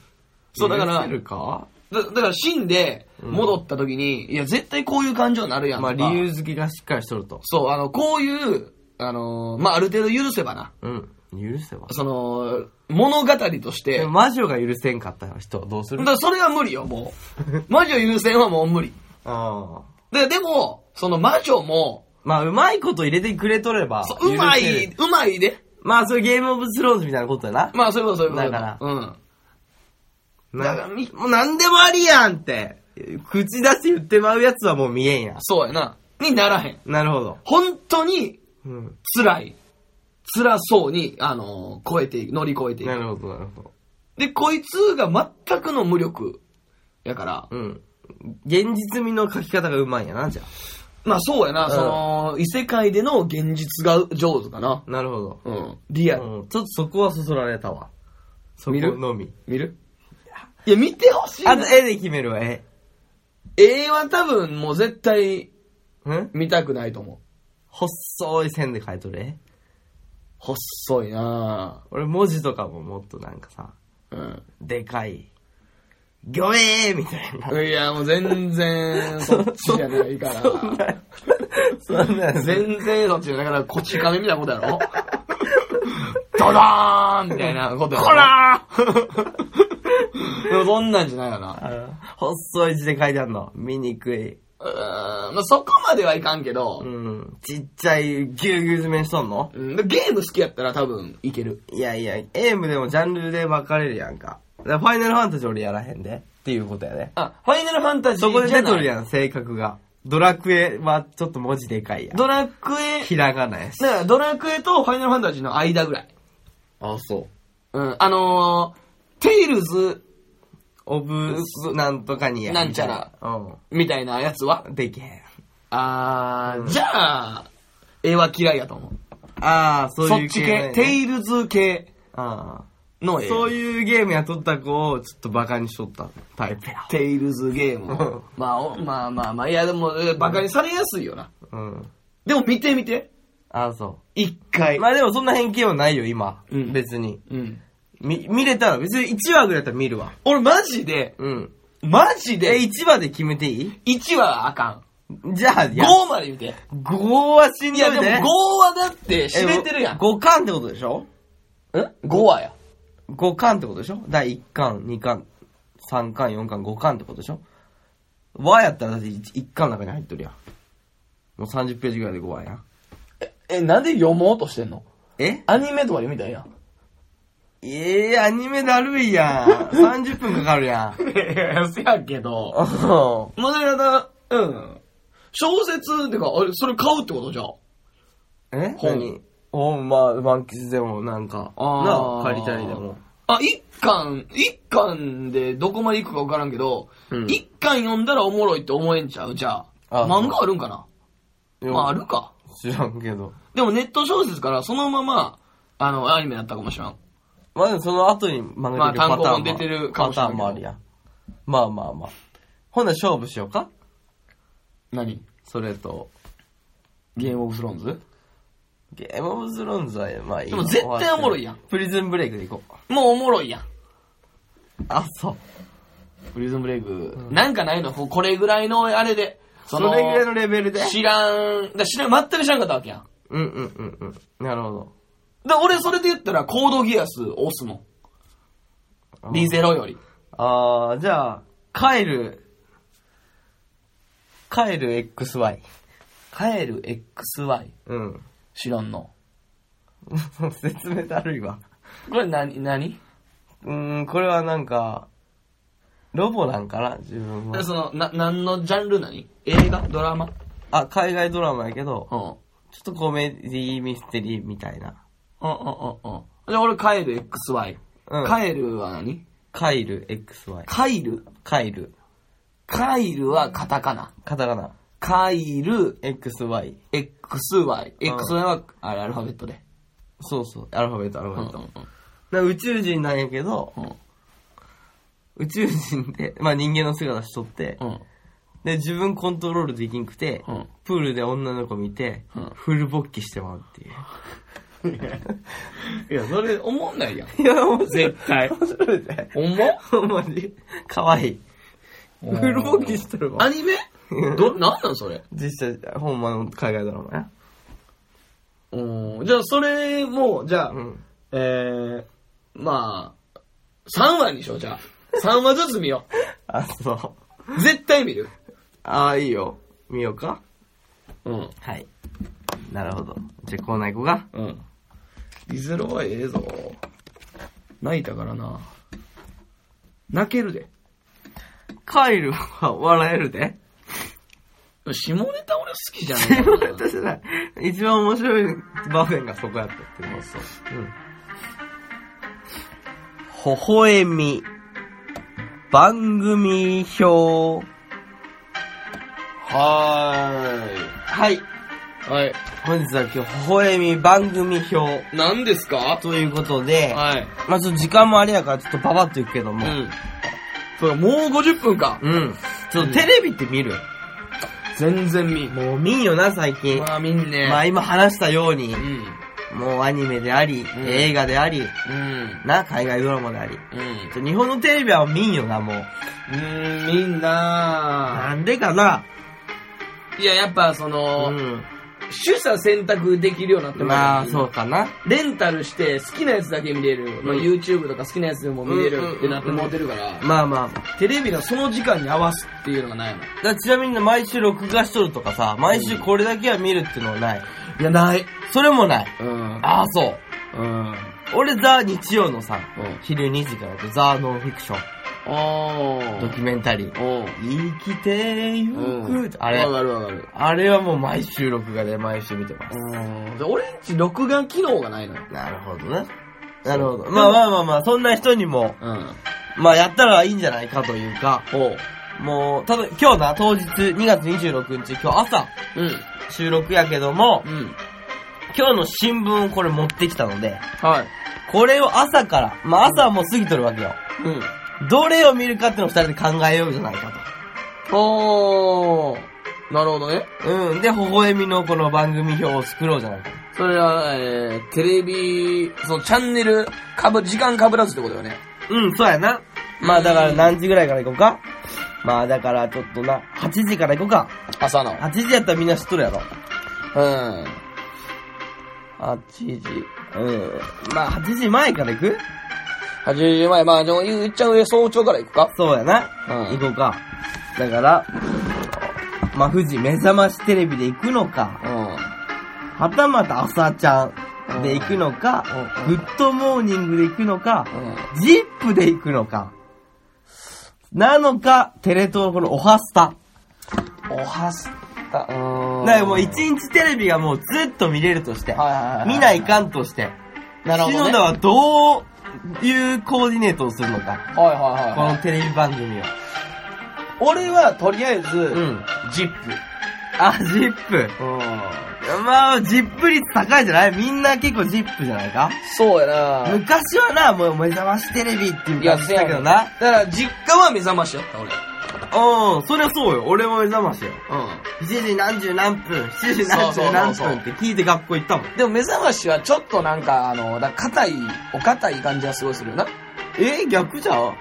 S1: そう、だから、
S2: 許せるか
S1: だだから死んで戻った時に、いや、絶対こういう感情になるやん
S2: まあ
S1: か。
S2: 理由付けがしっかりしとると。
S1: そう、あの、こういう、あのーまあ、ある程度許せばな。
S2: うん。許せば。
S1: その、物語として。
S2: でも魔女が許せんかった人はどうす
S1: だ
S2: る
S1: からそれは無理よ、もう。魔女優先はもう無理。
S2: (laughs) ああ。
S1: で、でも、その魔女も、
S2: まあ、うまいこと入れてくれとれば。
S1: そううま
S2: 許せ
S1: い、
S2: る。
S1: うまいで。
S2: まあ、それゲームオブスローンズみたいなことやな。
S1: まあ、そういうこと、そういうこと。
S2: だから
S1: うん。
S2: な
S1: だからみ
S2: もう何でもありやんって。口出して言ってまうやつはもう見えんや。
S1: そうやな。にならへん。
S2: なるほど。
S1: 本当に、
S2: うん。
S1: 辛い。辛そうに、あのー、超えていく、乗り越えてい
S2: な
S1: く。
S2: るほど、なるほど。
S1: で、こいつが全くの無力。やから、
S2: うん。現実味の書き方がうまいんやな、じゃ
S1: まあそうやな、
S2: うん
S1: その、異世界での現実が上手かな。
S2: あ。なるほど。
S1: うん。リアル。
S2: うん。ちょっとそこはそそられたわ。そこ
S1: 見る
S2: のみ。
S1: 見るいや、見てほしいな
S2: あと、絵で決めるわ、絵。
S1: 絵は多分もう絶対
S2: うん
S1: 見たくないと思う。
S2: 細い線で書いとる絵。
S1: 細いな
S2: 俺、文字とかももっとなんかさ、
S1: ぁ。うん。
S2: でかい。ギョエーみたいな。
S1: いや、もう全然、そっちじゃないか (laughs)
S2: そん
S1: ら。
S2: な、そんな、
S1: 全然そっちじゃないから、こち亀みたいなことや (laughs) ろドダーンみたいなことやろ
S2: こら
S1: でもそんなんじゃないよな。
S2: あの細い字で書いてあるの。見にくい。
S1: うーん、まあ、そこまではいかんけど、
S2: うん。ん。ちっちゃい、ぎゅうぎゅう詰めにしとんの
S1: うん、でゲーム好きやったら多分いける。
S2: いやいや、ゲームでもジャンルで分かれるやんか。だからファイナルファンタジー俺やらへんで。っていうことやね。
S1: あ、ファイナルファンタジー
S2: そこで
S1: じゃ
S2: 出
S1: ない
S2: とるやん、性格が。ドラクエはちょっと文字でかいやん。
S1: ドラクエ、
S2: ひらがなやし。
S1: だからドラクエとファイナルファンタジーの間ぐらい。
S2: あ、そう。
S1: うん、あのー、テイルズ
S2: オブ、なんとかにや。
S1: なんちゃら
S2: みたいな。
S1: みたいなやつは
S2: うん。できへん。
S1: あー、じゃあ、絵は嫌いやと思う。
S2: ああ、そう
S1: そ
S2: い
S1: っ
S2: う
S1: ち
S2: 系
S1: 系、テイルズ系
S2: あ
S1: の
S2: あ。
S1: 絵。
S2: そういうゲームやっとった子をちょっとバカにしとったタイプや。
S1: テイルズゲー (laughs) ム。まあ、おまあまあまあ、いやでも、バカにされやすいよな。
S2: うん。
S1: でも見てみて。
S2: ああ、そ
S1: 一
S2: う。
S1: 回。
S2: まあでもそんな偏見はないよ、今。
S1: うん
S2: 別に。
S1: うん。
S2: み、見れたら、別に1話ぐらいだったら見るわ。
S1: 俺マジで、
S2: うん。
S1: マジ
S2: え、
S1: で、
S2: 1話で決めていい
S1: 1話はあか
S2: じゃあ、
S1: ん。5まで見て。
S2: 5はしん
S1: い
S2: どい、ね。
S1: やでも5はだって知れてるやん。
S2: 5巻ってことでしょ
S1: ん ?5 話や。
S2: ?5 巻ってことでしょ第1巻、2巻、3巻、4巻、5巻ってことでしょ和やったらだって 1, 巻の中に入っとるやん。もう30ページぐらいで5話やん。
S1: え、えなんで読もうとしてんの
S2: え
S1: アニメとか読みたいやん。
S2: ええアニメだるいやん。30
S1: (laughs)
S2: 分かかるや
S1: (laughs)
S2: ん。
S1: いや、せやけど。
S2: う
S1: まだやだ、うん。小説ってか、あれ、それ買うってことじゃん。
S2: んえ
S1: 本
S2: 何本、まあ、満喫でもなんか、なあ、借りたりでも。。
S1: あ、一巻、一巻でどこまで行くか分からんけど
S2: う、ん
S1: 一、巻読んだらおもろいって思えんちゃうじゃあ。
S2: あ
S1: 漫画あるんかなまああるか。
S2: 知らんけど。
S1: でもネット小説からそのまま、あの、アニメだったかもしれん。
S2: まあでもその後に漫
S1: まあ
S2: 画出てるパターン
S1: 単
S2: も、
S1: 行本出てるか
S2: パ
S1: もし
S2: タ
S1: れん
S2: ー
S1: けど
S2: ンもあるやん。まあまあまあ。ほんなら勝負しようか
S1: 何
S2: それと。
S1: ゲームオブスローンズ
S2: ゲームオブスローンズは、まあいい
S1: で
S2: の。
S1: も絶対おもろいやん
S2: 終わってる。プリズンブレイクでいこう。
S1: もうおもろいやん。
S2: あ、そう。
S1: プリズムブレイク、なんかないのここれぐらいのあれで。
S2: そ
S1: の
S2: れぐらいのレベルで。
S1: 知らん、だから知らん、全く知らんかったわけやん。
S2: うんうんうんうん。なるほど。
S1: だから俺それで言ったらコードギアス押すもん。D0 より。
S2: あー、じゃあ、帰る、帰る XY。
S1: 帰る XY。
S2: うん。
S1: 知らんの。
S2: (laughs) 説明だるいわ。
S1: これ何、何
S2: うーん、これはなんか、ロボなんかな自分は。
S1: その、な、何のジャンル何映画ドラマ
S2: あ、海外ドラマやけど、
S1: うん。うん
S2: ちょっとコメディミステリーみたいな。
S1: うんうんうん。じゃあ俺帰る XY。
S2: うん
S1: 帰るは何
S2: カイル XY。
S1: 帰る
S2: カイル。
S1: 帰るはカタカナ。
S2: カタカナ。
S1: 帰る
S2: XY。
S1: XY。XY は、あれ、アルファベットで。
S2: そうそう。アルファベット、アル
S1: う
S2: フ
S1: んう
S2: ァ
S1: ん
S2: ベット。な宇宙人なんやけど、
S1: うん。
S2: 宇宙人で、 (laughs) まあ人間の姿しとって、
S1: うん。
S2: で、自分コントロールできんくて、
S1: うん
S2: プールで女の子見て、
S1: うん
S2: フル勃起してもらうっていう。
S1: いや、それ、思んないやん。
S2: いや、面白い。
S1: 絶対。
S2: 面白いね。
S1: ほんま
S2: ほんまに。かわいい。
S1: うん
S2: フル勃起してる
S1: ア (laughs)
S2: わ。
S1: ニメど、なんなんそれ。
S2: 実際、ほんまの海外ドラマや。
S1: うん。じゃあ、それも、じゃあ、
S2: うん。
S1: えー、まあ、3話にしよう、じゃあ。3話ずつ見よ
S2: あ、そう。
S1: う。絶対見る。
S2: ああ、いいよ。見ようか。
S1: うん。
S2: はい。なるほど。じゃあ、コーナー行こうか。
S1: うん。ディズロはええぞ。泣いたからな。泣けるで。
S2: カイルは笑えるで。
S1: 下ネタ俺好きじゃないかな。
S2: 私ら、一番面白い場面がそこやったっていうのそう。うん。微笑み、番組表。
S1: は
S2: は
S1: ー
S2: い。
S1: い。はい。
S2: 本日は今日、微笑み番組表
S1: 何ですか
S2: ということで、
S1: はい。
S2: まあちょっと時間もあれやから、ちょっとババッといくけど
S1: う
S2: も、
S1: ん。そうだもう50分か。
S2: うん。ちょっとテレビって見る、
S1: 全然見ん。
S2: もう見んよな、最近。
S1: まあ見んね。
S2: まあ今話したように
S1: う、ん。
S2: もうアニメであり、
S1: ん
S2: 映画であり、
S1: うん。
S2: な、海外ドラマであり。
S1: うん。
S2: ちょ日本のテレビは見んよな、もう。
S1: うーん、みんな
S2: なんでかな。
S1: いや、やっぱそうの、
S2: ん。
S1: 取捨選択できるようになって
S2: ま
S1: ま
S2: あ、
S1: す。
S2: そうかな。
S1: レンタルして好きなやつだけ見れる。まあ、
S2: うん
S1: YouTube とか好きなやつでも見れるってなってもうてるから、
S2: まあまあ。
S1: テレビのその時間に合わすっていうのがないの。
S2: だちなみに毎週録画しとるとかさ、毎週これだけは見るっていうのはない。
S1: いや、ない。
S2: それもない。
S1: うん。
S2: ああ、そう。
S1: うん。
S2: 俺、ザ・日曜のさ
S1: うん、
S2: 昼2時からとザ・ノンフィクション、
S1: あ
S2: ドキュメンタリー。
S1: お
S2: 生きてゆ
S1: うん。
S2: く、あれ
S1: わ、かるわかる。
S2: あれはもう毎週録画で毎週見てます。
S1: うん。で、俺んち録画機能がないのよ。
S2: なるほどね。なるほど。まあまあまあまあ、そんな人にも、
S1: うん。
S2: まあやったらいいんじゃないかというか、
S1: おう。
S2: もう、ただ、今日な、当日、2月26日、今日朝、
S1: うん。
S2: 収録やけども、
S1: うん。
S2: 今日の新聞をこれ持ってきたので、
S1: はい。
S2: これを朝から、まあ朝はもう過ぎとるわけよ。
S1: うん。
S2: どれを見るかっていうのを二人で考えようじゃないか
S1: おー。なるほどね。
S2: と。うん。で、微笑みのこの番組表を作ろうじゃないか。
S1: それは、えー、テレビ、そのチャンネル、かぶ、時間かぶらずってことよね。
S2: うん、そうやな。まあだから何時ぐらいから行こうかまあだからちょっとな、8時から行こうか。
S1: 朝の。
S2: 8時やったらみんな知っとるやろ。
S1: うん。
S2: 8時。うん。まあ8時前から行く
S1: 8時前、まあ、でも言っちゃう上、早朝から行くか
S2: そうやな。
S1: うん
S2: 行こうか。だから、まあ富士目覚ましテレビで行くのか、
S1: う
S2: はたまた朝ちゃんで行くのか、
S1: うん
S2: グッドモーニングで行くのか、
S1: ん。うん。
S2: ジップで行くのか、なのか、テレ東のこのおはスタ。
S1: おはすた、うーん。
S2: だからもう一日テレビがもうずっと見れるとして、
S1: はいはいはいはい
S2: 見ないかんとして、
S1: なるほど、
S2: 篠
S1: ね。
S2: 田はどういうコーディネートをするのか、
S1: はいはいはい
S2: こ
S1: は
S2: の
S1: い。
S2: テレビ番組を。
S1: 俺は、とりあえず、
S2: うん。
S1: ジップ。
S2: あ、ジップ。
S1: うん。
S2: まあ、ジップ率高いじゃないみんな結構ジップじゃないか
S1: そうやな。
S2: 昔はな、もう目覚ましテレビっていう
S1: いや、
S2: 感じ
S1: せ
S2: だ
S1: やけ
S2: けど
S1: どな。。
S2: な
S1: だから、実家は目覚ましやった、俺。
S2: うん、そりゃそうよ。俺も目覚ましよ。
S1: う
S2: 7時何十何分、7時何
S1: そうそうそ
S2: 十
S1: う
S2: 何分って聞いて学校行ったもん。
S1: ん。でも、目覚ましはちょっとなんか、あの、だから硬い、お硬い感じはすごいするよな。
S2: えー、逆じゃん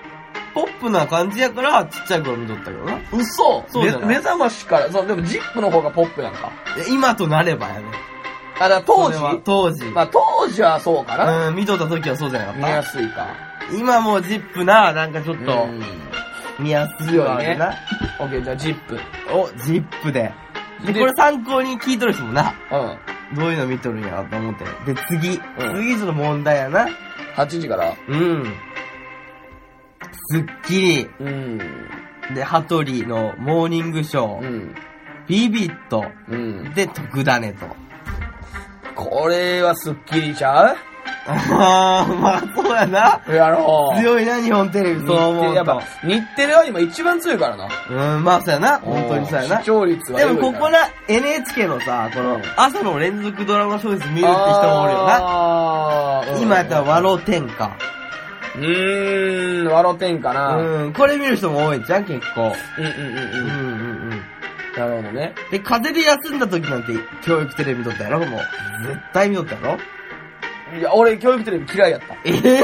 S2: ポップな感じやから、ちっちゃい頃見とったけどな。
S1: 嘘
S2: そうじゃな
S1: 目
S2: い
S1: 目覚ましから、そう、でも、ジップの方がポップやんか。
S2: え今となればやね。
S1: あ、だから当
S2: それは
S1: 時
S2: 当時。
S1: まあ、当時はそうかな。
S2: うん、見とった時はそうじゃな
S1: 見
S2: か
S1: や
S2: っ
S1: すいか。
S2: た。今もうジップな、なんかちょっ
S1: う
S2: と、
S1: ん
S2: 見やすいわあるな。
S1: オッケー、じゃあ、ジップ。う
S2: お、ジップで。で、
S1: で
S2: これ参考に聞いとる人もな。
S1: ん。
S2: どういうの見とるんやと思って。で、次。
S1: うん
S2: 次その問題やな。
S1: 8時から。
S2: うん。スッキリ。
S1: うん。
S2: で、ハトリのモーニングショ
S1: う
S2: ー。
S1: ん。
S2: ビビット。
S1: うん。
S2: で、特ダネと。
S1: これはスッキリちゃう
S2: あー、まあそうやな。
S1: やろう。
S2: 強いな、日本テレビ。そう思う
S1: やっ
S2: と
S1: ぱ。、日テレは今一番強いからな。
S2: うん、まあそうやな。本当にそうやな
S1: 視。聴率は
S2: で
S1: 良い
S2: も
S1: から
S2: ここな、NHK のさ、こ
S1: う
S2: の
S1: ん、
S2: 朝の連続ドラマ小説見るって人もおるよな。
S1: あー
S2: 今やったら、和ろう天下。
S1: うーん、わろてんかな。うん
S2: うん、これ見る人も多いじゃん、結構。
S1: うんうん
S2: うん
S1: う
S2: うん
S1: ん。
S2: うん。
S1: なるほどね。
S2: で、風邪で休んだ時なんて、教育テレビ見とったやろもう。絶対見とったやろ
S1: いや、俺、教育テレビ嫌いやった。
S2: えぇ、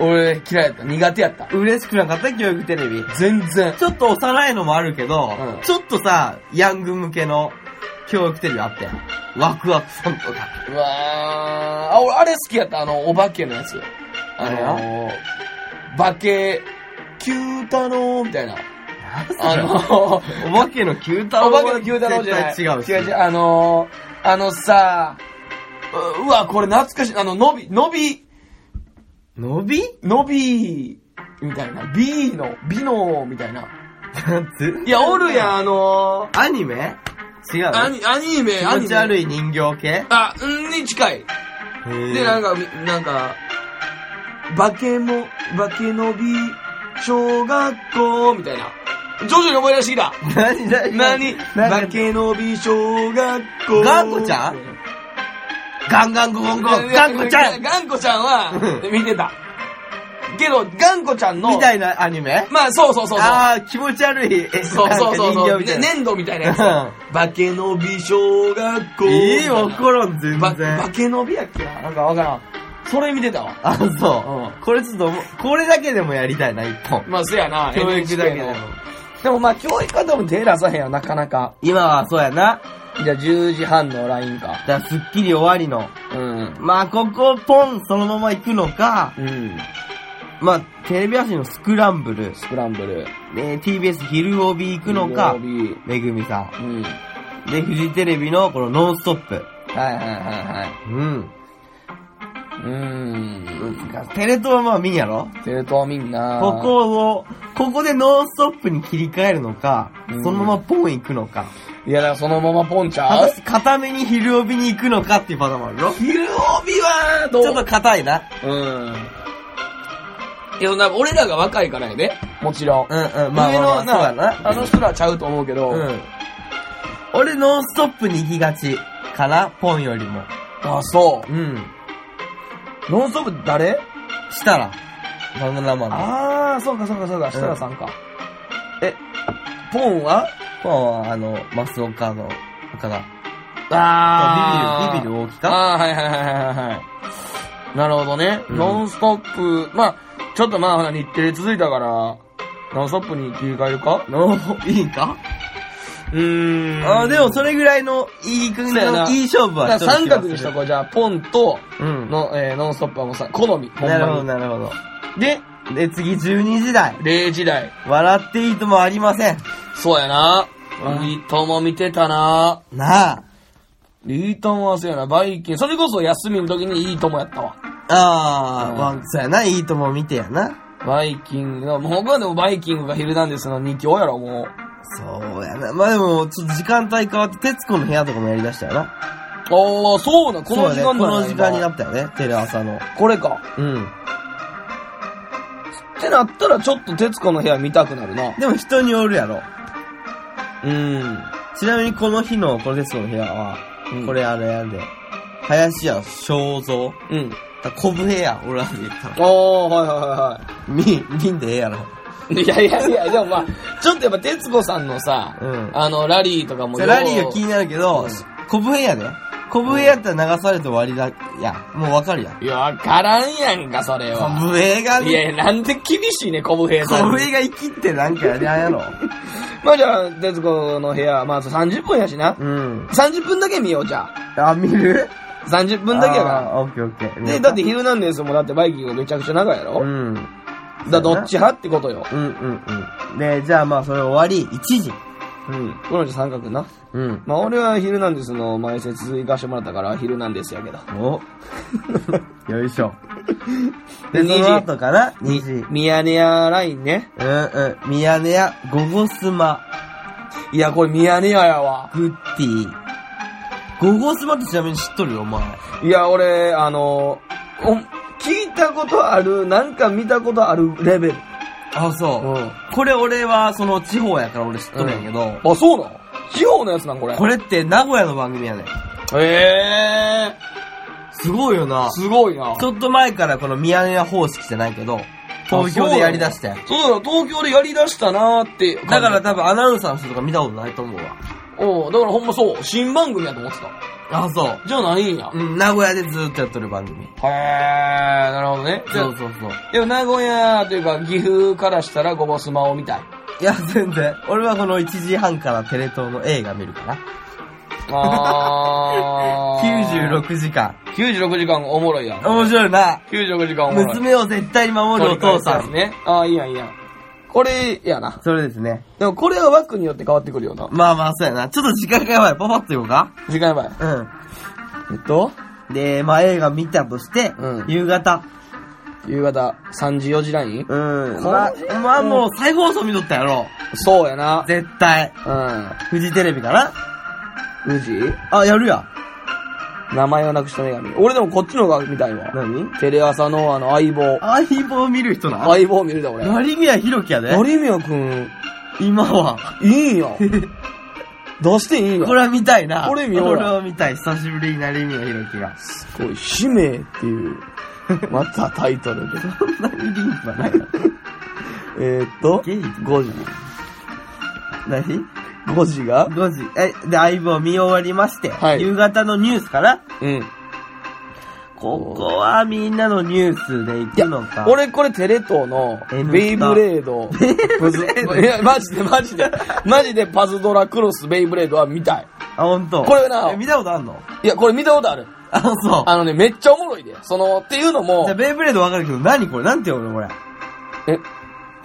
S1: 俺、嫌いやった。苦手やった。
S2: 嬉しくなかった教育テレビ。
S1: 全然。
S2: ちょっと幼いのもあるけど、
S1: うん
S2: ちょっとさ、ヤング向けの教育テレビあったやん。ワクワクさんとか。
S1: うわー。あ、俺、あれ好きやった。あの、お化けのやつ。あ
S2: あれ
S1: のー、化け、九太郎みた (laughs) いな。あの (laughs) ー、
S2: お化けの九太郎
S1: お化けの九太郎じゃない。
S2: 絶対違うし。
S1: 違う違う。あのー、あのさ、ううわ、これ懐かしい。あの、のび、のび、
S2: 伸び
S1: のび、みたいな。B の、美の、みたいな。い
S2: い
S1: や、おるやん、。あの
S2: アニメ違う。
S1: ー、アニアニメ、ア
S2: 気持
S1: ニ
S2: ち悪
S1: メ。
S2: い人形系
S1: あ、うんに近い。で、なんか、みなんか、化けも、化けのび、小学校、みたいな。徐々に覚え出してきた。
S2: 何何
S1: 何
S2: 何
S1: 化けのび小学校。
S2: ガンコちゃんガンガンゴンゴン、ガンコちゃん
S1: ガンコちゃん
S2: う
S1: は、見てた。けど、ガンコちゃんの、
S2: みたいなアニメ
S1: まあ、そうそうそうそう。
S2: あー、気持ち悪い。え
S1: そうそうそうそ
S2: なんか人形
S1: う、
S2: みた
S1: ね
S2: いな。
S1: 粘土みたいなやつだ。化けのび小学校。
S2: ええ、わからん、全
S1: ば化
S2: 然。
S1: けのびやっけななんかわからん。それ見てたわ。
S2: あ、そう。これちょっともう、これだけでもやりたいな、一本。
S1: まあ、せやな。
S2: 教育だけ
S1: NHK
S2: でも
S1: の。でもまあ、教育はでも手出さへんよ、なかなか。
S2: 今はそうやな。
S1: じゃあ10時半の LINE か。
S2: だから、スッキリ終わりの。
S1: うん。
S2: まあ、ここ、ポン、そのまま行くのか、
S1: うん。
S2: まあ、テレビ朝日のスクランブル、
S1: スクランブル。
S2: えー TBS 昼帯行くのか
S1: 土曜、日
S2: めぐみさ
S1: うん。はい
S2: ん。で、フジテレビのこのノンストップ。
S1: はいは
S2: うん。
S1: いはい。うん。
S2: テレ東はまあ見んやろ
S1: テレ東みんな。
S2: ここを、ここでノンストップに切り替えるのか
S1: う、ん
S2: そのままポン行くのか、
S1: いや、だからそのままポンちゃ
S2: 果
S1: う
S2: たして固めに昼帯に行くのかっていうパターンもあるろち
S1: 昼帯は、ど
S2: ょっと硬いな。
S1: うん。いや、なんか俺らが若いからやで。もちろん。
S2: うんうん、まあまあまあ、
S1: 上
S2: そう
S1: のな、
S2: だな。
S1: あの人らちゃうと思うけど、
S2: うん。俺ノンストップに行きがちかな、ポンよりも。
S1: あ、そ
S2: うん。
S1: う。ノンストップ誰
S2: したら、バナナマンの。
S1: あー、そうかそうかそうか、設楽さんか。え、ポンは
S2: ポンは、あの、マスオカの、岡田。
S1: あ
S2: ビビる、ビビる大きか
S1: あー、はいはいはいはいはい。なるほどね。
S2: うん
S1: ノンストップ、まあちょっとまあほら日程続いたから、ノンストップに切り替えるか
S2: の、いいか
S1: うー
S2: あーでもそ
S1: れ、
S2: れぐらいの、いい感じ
S1: そうやな
S2: の、いい勝負
S1: だ
S2: は
S1: から
S2: ちょっと
S1: 三角にしとこう。じゃあ、ポンと、
S2: う。うん。
S1: の、えーノンストップはもうさ、好み。ほんまに
S2: なるほど、なるほど。で、で、次12時台。
S1: 0時代。
S2: 笑っていいともありません。
S1: そうやな。
S2: うん
S1: いいとも見てたな。
S2: なあ。
S1: いいともはそうやな。バイキン。それこそ休みの時にいいともやったわ。
S2: ああ、
S1: うん
S2: ワンそうやな、いいとも見てやな。
S1: バイキングの、もう僕はでもバイキングがヒルナンデスの2強やろ、も
S2: そうやな。まあでも、ちょっと時間帯変わって、徹子の部屋とかもやりだしたよな。
S1: う。ああ、そうな、この時間だ
S2: そうやねこの時間にな
S1: っ
S2: ったよね、テレ朝の。
S1: これか。
S2: うん。
S1: ってなったら、ちょっと徹子の部屋見たくなるな。
S2: でも人によるやろ。
S1: うん。
S2: ちなみにこの日の、この徹子の部屋は、
S1: うん
S2: これあれやんで、林家正蔵。
S1: うん。
S2: だコブヘア、俺らで言ったら。
S1: ああ、はいは
S2: み、みんでええやろ。
S1: いはいはい。いやいやいや、でもまあ、ちょっとやっぱ徹子さんのさ、
S2: うん
S1: あの、ラリーとかも
S2: じゃあラリーが気になるけど、
S1: うん
S2: コブヘやで。コブヘやったら流されて終わりだ、いや、もうわかるやん。
S1: いや、わからんやんか、それは。
S2: コブヘが
S1: いやい
S2: ね、
S1: や、なんで厳しいね、コブヘイさん
S2: コ
S1: に。
S2: ブヘが生きってなんかやりゃんやろ。
S1: まあじゃあ、徹子の部屋、まあ30分やしな。
S2: うん。
S1: 30分だけ見よう、じゃあ。
S2: あ、見る
S1: 30分だけやか
S2: あーオッケーオッケ
S1: ら。
S2: ー。
S1: で、だって、ヒルナンデスもだってバイキングめちゃくちゃ長いや
S2: う
S1: ろ
S2: ん。うん
S1: だどっち派ってことよ。
S2: うんうん。で、じゃあまあそれ終わり、1時。
S1: うん。この人三角な。
S2: うん。
S1: まあ俺はヒルナンデスの前説追加してもらったから、ヒルナンデスやけど。
S2: (laughs) およいしょ。で、その後かな ?2 時。
S1: ミヤネ屋ラインね。
S2: うんうん。ミヤネ屋、ゴゴスマ。
S1: いや、これミヤネ屋やわ。
S2: グッディ。ゴゴスマってちなみに知っとるよ、お前。
S1: いや、俺、あの、お聞いたことある、なんか見たことあるレベル。
S2: あ、そうう。これ俺は、その地方やから俺知っとるんやけど、
S1: あ、そうなの地方のやつなんこれ。
S2: これって名古屋の番組やねん。
S1: ええ
S2: すごいよな
S1: ー、。すごいな。
S2: ちょっと前からこのミヤネ屋方式じゃないけど、東京でやりだしたやん。
S1: そうだよ、東京でやりだしたなーって。
S2: だから、多分アナウンサーの人とか見たことないと思うわ。
S1: うん、だからほんまそう、新番組やと思ってた。
S2: あ、そう。
S1: じゃないんや。へ
S2: うん、名古屋でずっとやっとる番組。
S1: ー、なるほどね。じゃ
S2: そうそうそう。
S1: でも名古屋というか岐阜からしたらゴボスマを見たい。
S2: いや、全然。俺はこの1時半からテレ東の映画見るから。
S1: あ (laughs) ー。
S2: 96時間。
S1: 96時間おもろいやん。
S2: 面白いな。
S1: 96時間おもろい。
S2: 娘を絶対に守るお父さん。
S1: ね。ああ、いいやんいいやん。これ、やな。
S2: それですね。
S1: でもこれは枠によって変わってくるよな。
S2: まあまあ、そうやな。ちょっと時間がやばい。パパッと言おうか。
S1: 時間やばい。
S2: う
S1: えっと、
S2: ん。で、まあ映画見たとして、
S1: うん
S2: 夕方。
S1: 夕方3時4時ライン
S2: うんまあ、まあもう再放送見とったやろ。
S1: そうやな。
S2: 絶対。
S1: う。
S2: フジテレビかなん
S1: うじ
S2: あ、やるや。
S1: 名前をなくした女神。俺でもこっちの方が見たいわ。
S2: 何
S1: テレ朝のあの相棒。
S2: 相棒見る人な。
S1: 相棒見るだ俺。
S2: 成宮弘樹やで。
S1: 成宮くん、
S2: 今は。 (laughs)
S1: いいんや。出していいんや。
S2: これは見たいな。
S1: これ見よう
S2: これは見たい。久しぶりに成宮弘樹が。
S1: すごい、使命って
S2: (laughs)
S1: いう、またタイトルで。
S2: そんなにリンクは (laughs) ない。
S1: えーっと、
S2: ゲイ
S1: 5時。
S2: 何
S1: 5時が
S2: ?5 時。え、で、相棒見終わりまして、
S1: はい
S2: 夕方のニュースかな
S1: うん。
S2: ここはみんなのニュースで行
S1: いや
S2: くのか。、
S1: 俺これテレ東の
S2: N スタ、
S1: ベイブレード、
S2: ベイブレード
S1: (laughs) いや、マジでマジで、マジでパズドラクロスベイブレードは見たい。
S2: (laughs) あ、ほんと。
S1: これな
S2: え見たことあんの
S1: いや、これ見たことある。
S2: あ、そう。
S1: あのね、めっちゃおもろいで。その、っていうのも
S2: じゃあ、、ベイブレードわかるけど、何これなんて読むのこれ。
S1: え、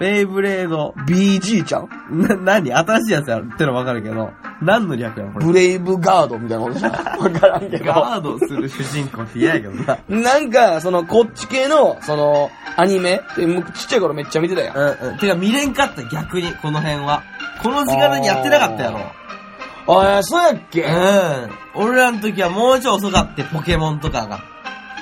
S2: ベイブレード。
S1: BG ちゃん
S2: な、何新しいやつやるってのわかるけど、何の略やのこれ。
S1: ブレイブガードみたいなことじゃ
S2: (laughs)
S1: ん。わからんけど。
S2: ガードする主人公って嫌やけど
S1: (laughs)
S2: な。
S1: なんか、その、こっち系の、その、アニメって、むちっちゃい頃めっちゃ見てたやん。
S2: うんうん。てか見れんかった、逆に、この辺は。この時間にやってなかったやろ。
S1: ああ、そうやっけ
S2: うん。俺らの時はもうちょい遅かって、ポケモンとかが。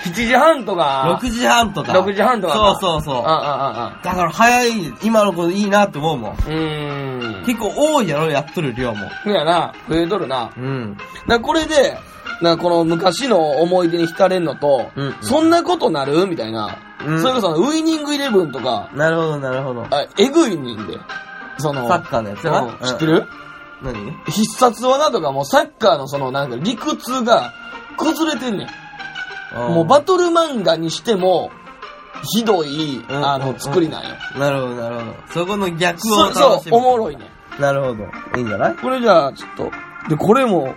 S1: ?7 時半とか。
S2: 6時半とか。
S1: 6時半とか。
S2: そうそうそう。
S1: ああ、ああ、あ
S2: だから早い、今の子いいなって思うもん。
S1: うーん。
S2: 結構多いやろ、やっとる量も。
S1: 構やな、増えとるな。
S2: うん。
S1: だからこれで、なんかこの昔の思い出に浸れんのと、
S2: うんうん
S1: そんなことなるみたいな。
S2: うん
S1: それこそ、ウイニングイレブンとか、
S2: なるほど、なるほど。
S1: あえぐいねんで。その、
S2: サッカーのやつやな。
S1: うん知ってる、
S2: うん何
S1: 必殺技とかもサッカーのそのなんか理屈が崩れてんねん。もうバトル漫画にしても、ひどい、
S2: ん
S1: あの、作りなんよ。
S2: なるほど、なるほど。そこの逆を
S1: そう、
S2: 楽しむ。
S1: そう、おもろいね。
S2: なるほど。いいんじゃない
S1: これじゃあ、ちょっと。で、これも、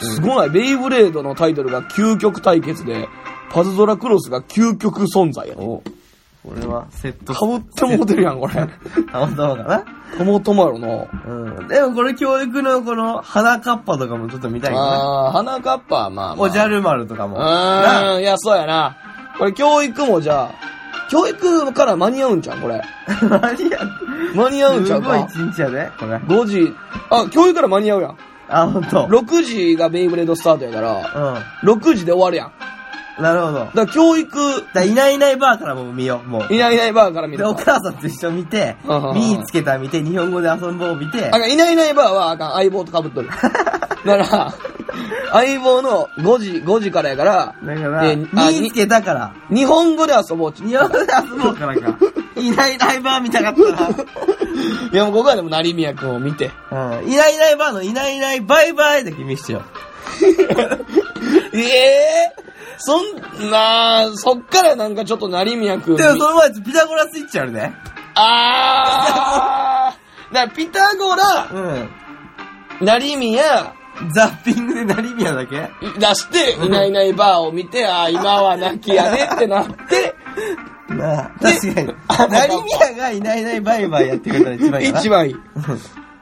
S1: すごない。ベイブレードのタイトルが究極対決で、パズドラクロスが究極存在やね。
S2: お。これはセット。
S1: かぶってもうてるやん、こ
S2: (laughs)
S1: れ。
S2: たまたまか
S1: ともともやろな。
S2: な。うん。でもこれ教育のこの、花かっぱとかもちょっと見たいよね。
S1: あー、花かっぱはまあまあ。
S2: おじゃる丸とかも。なあ
S1: うん、いや、そうやな。これ教育もじゃあ、教育から間に合うんちゃうこれ。
S2: (laughs) 何や
S1: 間に合うんちゃ
S2: す
S1: う
S2: ごい
S1: か
S2: 一日やで、これ。
S1: 5時、あ、教育から間に合うやん。
S2: あ、ほんと。うん。
S1: 6時がベイブレードスタートやから、6時で終わるやん。だ
S2: なるほど。だか
S1: から教育、
S2: らいないいないばあからも見よう、もう。
S1: いないいないバーから見
S2: で、
S1: る
S2: お
S1: か。
S2: 母さんと一緒に見て
S1: うんうんう、ん
S2: 見つけた見て、日本語で遊んぼう見て
S1: あ、かんいないいないバーはあかん、相棒と被っとる。だから、相棒の5時、5時からやから、
S2: だから、
S1: えあに
S2: 見つけ
S1: (laughs)
S2: たから、
S1: 日本語で遊ぼうち。い
S2: 日本語で遊ぼうからか。いないいないばあ見たかった
S1: や、もうここはでも成宮君を見て。 (laughs)
S2: な。うん。いないいないばあのいないいないバイバイだけ見してよ。
S1: ええそんなあそっからなんかちょっと成宮君
S2: でもその前、ピタゴラスイッチあるね。
S1: あーだからピタゴラ、
S2: う
S1: 成宮、
S2: ん。ザッピングでナリビアだけ
S1: 出して、いないいないバーを見て、ああ、今は泣きやねってなって、
S2: なあ、
S1: で
S2: 確かに
S1: あ。
S2: ナリビアがいないいないバイバイやってくれたら一番いいな。
S1: 一番いい。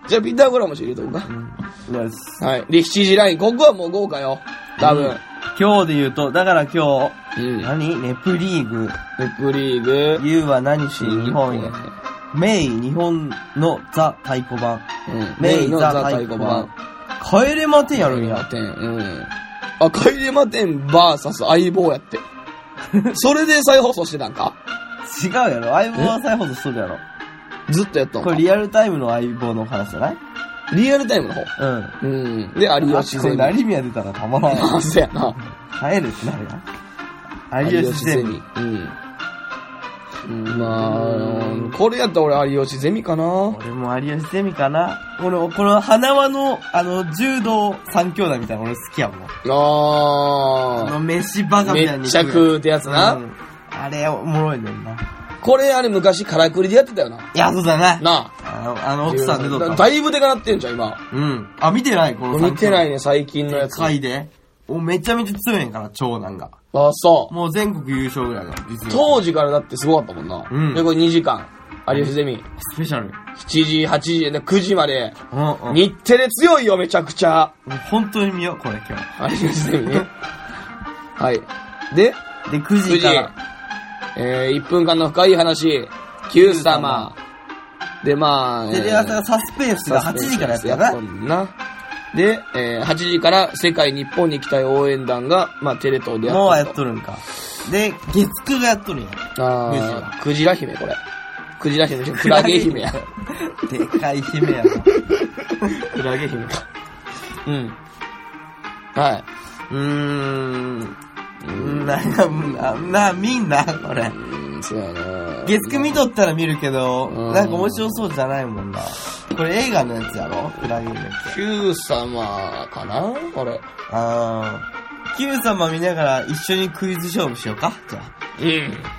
S1: じゃあ、ピタゴラも知れとこうか。
S2: (laughs) うん。よし
S1: はい。で、7時ライン。ここはもう豪華よ。多
S2: う
S1: 分
S2: ん。今日で言うと、だから今
S1: う
S2: 日、
S1: ん。レ
S2: 何ネプリーグ。
S1: プリーグ。
S2: ユーは何し日本へ。メイ日本のザ太鼓版。
S1: うん。メインのザ太鼓判。。
S2: 帰れまてんやるん
S1: マ
S2: や。
S1: テン。うん。あ、カイレマテンバーサス相棒や
S2: (laughs)
S1: って。それで再放送してたんか
S2: 違うやろ。相棒は再放送しとるやろ。
S1: ずっとやったん
S2: こ
S1: か
S2: れリアルタイムの相棒の話じゃない
S1: リアルタイムの方。
S2: うん。
S1: うん。で、有吉ゼ
S2: こ
S1: ミ。
S2: れ
S1: ま
S2: 成宮出たらたまら
S1: あ、そうやな。
S2: ない。帰るってなるやん。有吉ゼミ。。
S1: うん。うんまあ、これやったら俺有吉ゼミかな。
S2: 俺も有吉ゼミかな。俺、この花輪の、あの、柔道三兄弟みたいなの俺好きやもん。あ
S1: あ
S2: の、飯バ
S1: あ。
S2: カ
S1: め
S2: みたい
S1: っ
S2: に
S1: ちゃ食うってやつな。
S2: うんあれ、おもろいねんな。
S1: これあれ昔カラクリでやってたよな。
S2: いや、そうだな。
S1: な
S2: あの、あの
S1: あ。
S2: 奥さん出とったわ
S1: だいぶでかなってんじゃん、今。
S2: うん。あ、見てないこの
S1: 見てない
S2: ね。
S1: ね、最近のやつ。あ、
S2: 回で。お、めちゃめちゃ強いんやから、長男が。
S1: そう。
S2: もう全国優勝ぐらいの実力。
S1: 当時からだってすごかったもんな。
S2: うん
S1: で、これ2時間。有吉ゼミ。
S2: スペシャル。
S1: 7時、8時、で9時まで。
S2: うんうん。
S1: 日テレ強いよ、めちゃくちゃ。
S2: 本当に見よう、これ今日。
S1: 有吉ゼ
S2: (laughs)
S1: ミね。はい。で、
S2: で、9
S1: 9
S2: 時
S1: 時
S2: から。。
S1: えー、1分間の深い話。Q 様。で、まあ、
S2: テレ朝がサスペースが8時からやったな。
S1: で、えー8時から世界日本に来たい応援団が、まあ、テレ東でや
S2: もうや
S1: っ
S2: っ
S1: と
S2: と
S1: る
S2: るんか。で、月9がやっとるんや。
S1: と。あークジラ姫、これ。クジラ姫じゃん、
S2: (laughs)
S1: クラゲ姫や。
S2: でかい姫やな。
S1: (laughs) クラゲ姫か。うん。は
S2: うーん。なんか、な、みんな、これ。
S1: い。うん、そうやな
S2: 月9見とったら見るけど、
S1: うん
S2: なんか面白そうじゃないもんな。これ映画のやつやろクラゲ姫って。
S1: Q 様かなこ
S2: (laughs)
S1: れ。
S2: あー。Q 様見ながら一緒にクイズ勝負しようかじゃ
S1: う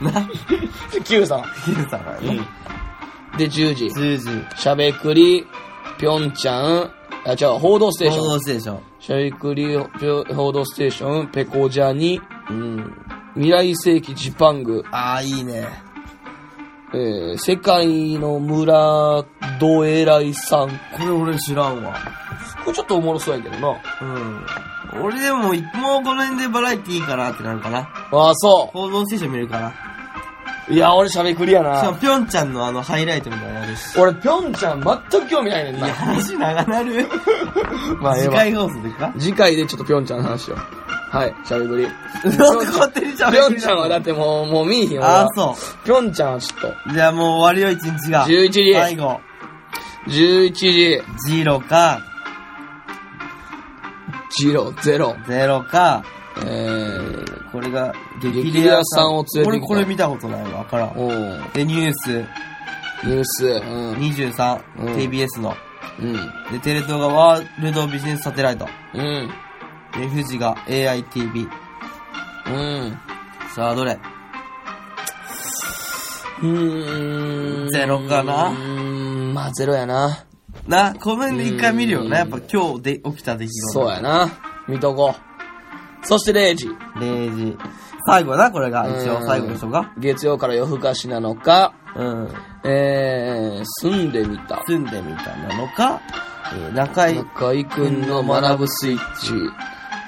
S1: ん。
S2: あ。な、
S1: Q 様。
S2: Q 様やな。
S1: で、10時。
S2: 10時。
S1: しゃべくり、ぴょんちゃん、あ、違う、報道ステーシ
S2: 報
S1: ョン。
S2: 道ステーション。
S1: シャイクリ報道ステーション、ペコジャニ、
S2: うん。
S1: 未来世紀ジパング、
S2: ああ、いいね。
S1: えー、世界の村どえらいさん。
S2: これ俺知らんわ。
S1: これちょっとおもろそうやけどな。
S2: うん。俺でも、いもうこの辺でバラエティーかなってなるかな。
S1: ああ、そ
S2: 報道ステーション見るかな。
S1: う。いや、俺しゃべくりや
S2: しか
S1: な
S2: も、。ぴょんちゃんのあの、ハイライトみたいなのやるし。
S1: 俺、ぴょんちゃん全く興味ないねん
S2: い
S1: な
S2: や、。話長なる。 (laughs)
S1: まあええ
S2: 次
S1: わ
S2: 回放送でか
S1: 次回でちょっとぴょんちゃんの話を。はい、しゃべくり。
S2: なんで勝手に喋
S1: ぴょ
S2: る
S1: んちゃんはだってもう、もう見えひんわ。
S2: ああ、そう。
S1: ぴょんちゃんはちょっ
S2: じゃあもう終わりよ、一日
S1: と。
S2: が。
S1: 11時。
S2: 最後、
S1: 11時、
S2: ジロか、
S1: 0、0。
S2: ゼロか、
S1: えー、
S2: これが、
S1: 激レアさんを連れてきた
S2: 俺これ見たことないわ、わからん。
S1: おー
S2: で、ニュース
S1: ニュース、うん。
S2: 23、
S1: うん
S2: TBS の。
S1: うん。
S2: で、テレ東がワールドビジネスサテライト。
S1: うん。
S2: で、富士が AITV。
S1: うん。
S2: さあ、どれ
S1: うーん
S2: ゼロかな
S1: うーん、まあゼロやな。
S2: な、この辺で一回見るよ
S1: うん
S2: な。やっぱ今日で起きた出来事。
S1: そうやな。見とこう。そして0時。
S2: 0時。最後やな、これが。一
S1: う
S2: 応
S1: ん
S2: 最後でしょうか。
S1: 月曜から夜更かしなのか、
S2: うん。
S1: えー、住んでみた。
S2: 住んでみたなのか、えー中井、
S1: 中井くんの学ぶスイッチ。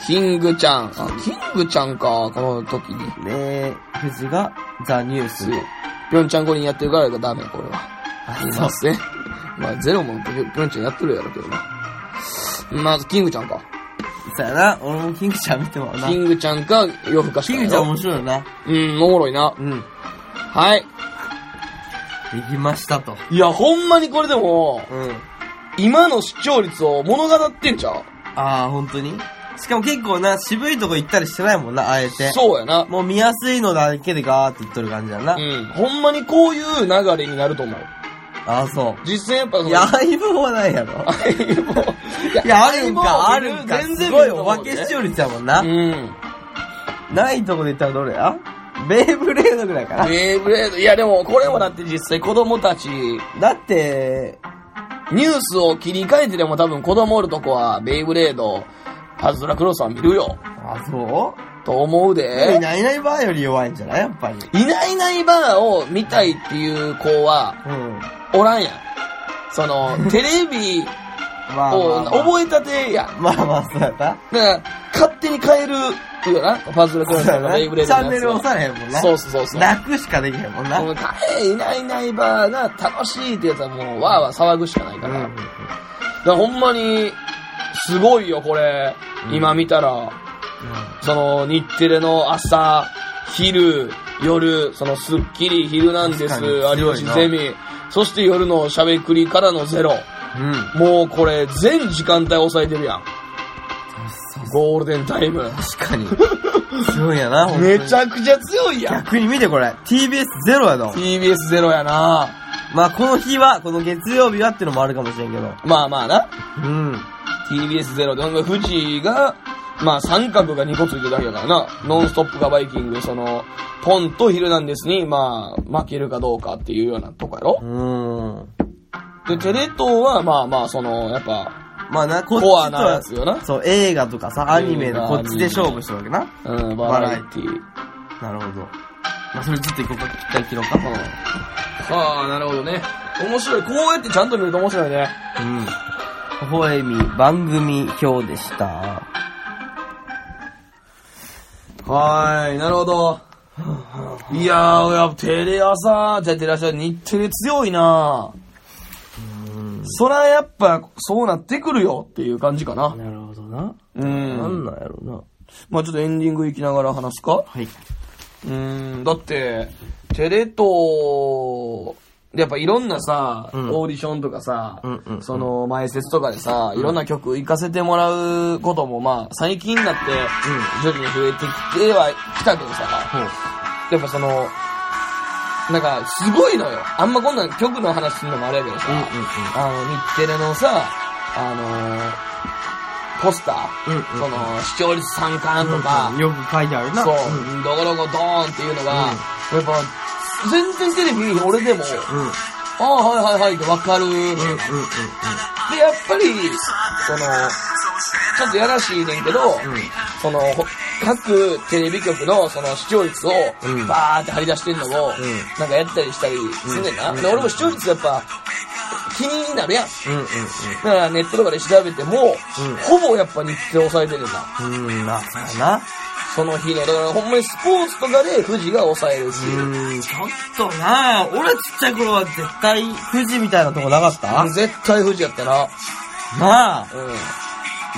S1: キングちゃん。あ、キングちゃんか、この時に。
S2: で、富士がザ・ニュース。
S1: ぴょんちゃん五人やってるからダメ、これは。
S2: あ
S1: いま。すね。まあ、ゼロもぴょぴょんちゃんやってるやろけどな。まず、キングちゃんか。
S2: そうやな、俺もキングちゃん見てもらうな。
S1: キングちゃんか、夜更かし
S2: キ
S1: か
S2: ン
S1: や
S2: グ
S1: ろ
S2: ちゃん面白いよな。
S1: うん、おもろいな。
S2: うん。で
S1: はい。
S2: きましたと。
S1: いや、ほんまにこれでも、
S2: うん。
S1: 今の視聴率を物語ってんちゃう
S2: ああ、本当にしかも結構な、渋いとこ行ったりしてないもんな、あえて。
S1: そうやな。
S2: もう見やすいのだけでガーって言っとる感じだな。
S1: うん。ほんまにこういう流れになると思う。
S2: ああ、そ。
S1: 実際やっぱそうの、
S2: いや、相棒はないやろ。
S1: 相棒
S2: いや、あるんか、あ
S1: 相棒
S2: るんか。
S1: 全然
S2: すごいお化け視
S1: し
S2: 聴率やもんな
S1: う。ん。
S2: ないとこで言ったらどれやベイブレードぐらいかな。
S1: ベイブレード。いや、でもこれもだって実際子供たち、
S2: だって、
S1: ニュースを切り替えてでも多分子供おるとこは、ベイブレード、パズドラクロスは見るよ。
S2: あ、そう
S1: と思うで。
S2: いないいないバーより弱いんじゃないやっぱり。
S1: いないいないばあを見たいっていう子は、
S2: うん。
S1: おらんやん。その、テレビ
S2: まあ
S1: を覚えたてやん。
S2: まあまあ、そうやった。
S1: だから、勝手に変える、っていうよな。パズドラクロスのベイブレード
S2: チャン
S1: の
S2: ネ
S1: やつ
S2: ル押
S1: は。
S2: されへんもんな。
S1: そうそうそうそう。
S2: 泣くしかできへんもんな。
S1: もうえいないいないばあが楽しいってやつはもう、わーわー騒ぐしかないから。だからほんまに、すごいよ、これ。今見たら。その日テレの朝、昼、夜、そのスッキリ、ヒルナンデス、
S2: 確かに
S1: 有吉ゼミ、そして夜のしゃべくりからのゼロ。
S2: うん。
S1: もうこれ、全時間帯抑えてるやん。ゴールデンタイム。(laughs)
S2: 確かに。すごいやな、ほんとに
S1: めちゃくちゃ強いやん。
S2: 逆に見てこれ。TBS ゼロやぞ。
S1: TBS ゼロやな
S2: まあこの日は、この月曜日はってのもあるかもしれんけど。
S1: まあまあな。
S2: うん。
S1: TBS ゼロで、ほんで富士が、まあ三角が2個ついてるだけだからな。ノンストップがバイキング、その、ポンとヒルナンデスに、まあ、負けるかどうかっていうようなとこやろ。
S2: う
S1: で、
S2: ん。
S1: テレ東は、まあまあ、その、やっぱ、
S2: まあな、こっちと
S1: コアなや
S2: は
S1: つ、よな。
S2: そう、映画とかさ、アニメのこっちで勝負してるわけな。
S1: うん、
S2: バ
S1: バ
S2: ラ
S1: ラ
S2: エ
S1: エ
S2: テ
S1: ティ
S2: なるほど。まあそれちょっと一個一回切ろうか。
S1: はあ、なるほどね。面白い。こうやってちゃんと見ると面白いね。
S2: うん。微笑み番組表でした。
S1: はーい、なるほど。いやー、やっぱテレ朝、じゃあテレ朝、日テレ強いなそらやっぱ、そうなってくるよっていう感じかな。
S2: なるほどな。
S1: う
S2: なん
S1: ん。
S2: なんやろうな。
S1: まあちょっとエンディング行きながら話すか
S2: はい。
S1: うーん、だって、テレ東、やっぱいろんなさ、
S2: うん
S1: オーディションとかさ、
S2: うんうんうん
S1: その前説とかでさ、いろんな曲行かせてもらうこともまあ最近になって、徐々に増えてきてはきたけどさ、やっぱその、なんかすごいのよ。あんまこんなん曲の話するのもあれやけどさ、
S2: うん
S1: あの、日テレのさ、あのーポスター、
S2: うんうん
S1: その、視聴率三冠とか、
S2: よく書いてあるな。
S1: そう、どこどこドーンっていうのが、やっぱ、全然テレビ見えへん俺でも、
S2: うん。うん。うん。う
S1: あ
S2: ん。
S1: あ、はいはいはいってわかる、
S2: う
S1: で、やっぱり、その、ちょっとやらしいねんけど、その、ほ各テレビ局のその視聴率を
S2: うん
S1: バーって張り出してんのを、なんかやったりしたりすんねんな。で、俺も視聴率やっぱ気になるやん。
S2: うん
S1: だからネットとかで調べても、
S2: ん
S1: ほぼやっぱ日程抑えてるんだ。
S2: うんうん。うん、まあ、そうやな。
S1: その日の。だからほんまにスポーツとかで富士が抑えるし。
S2: うん、ちょっとな俺ちっちゃい頃は絶対、富士みたいなとこなかった
S1: 絶対富士やったな。
S2: まあ、
S1: うん。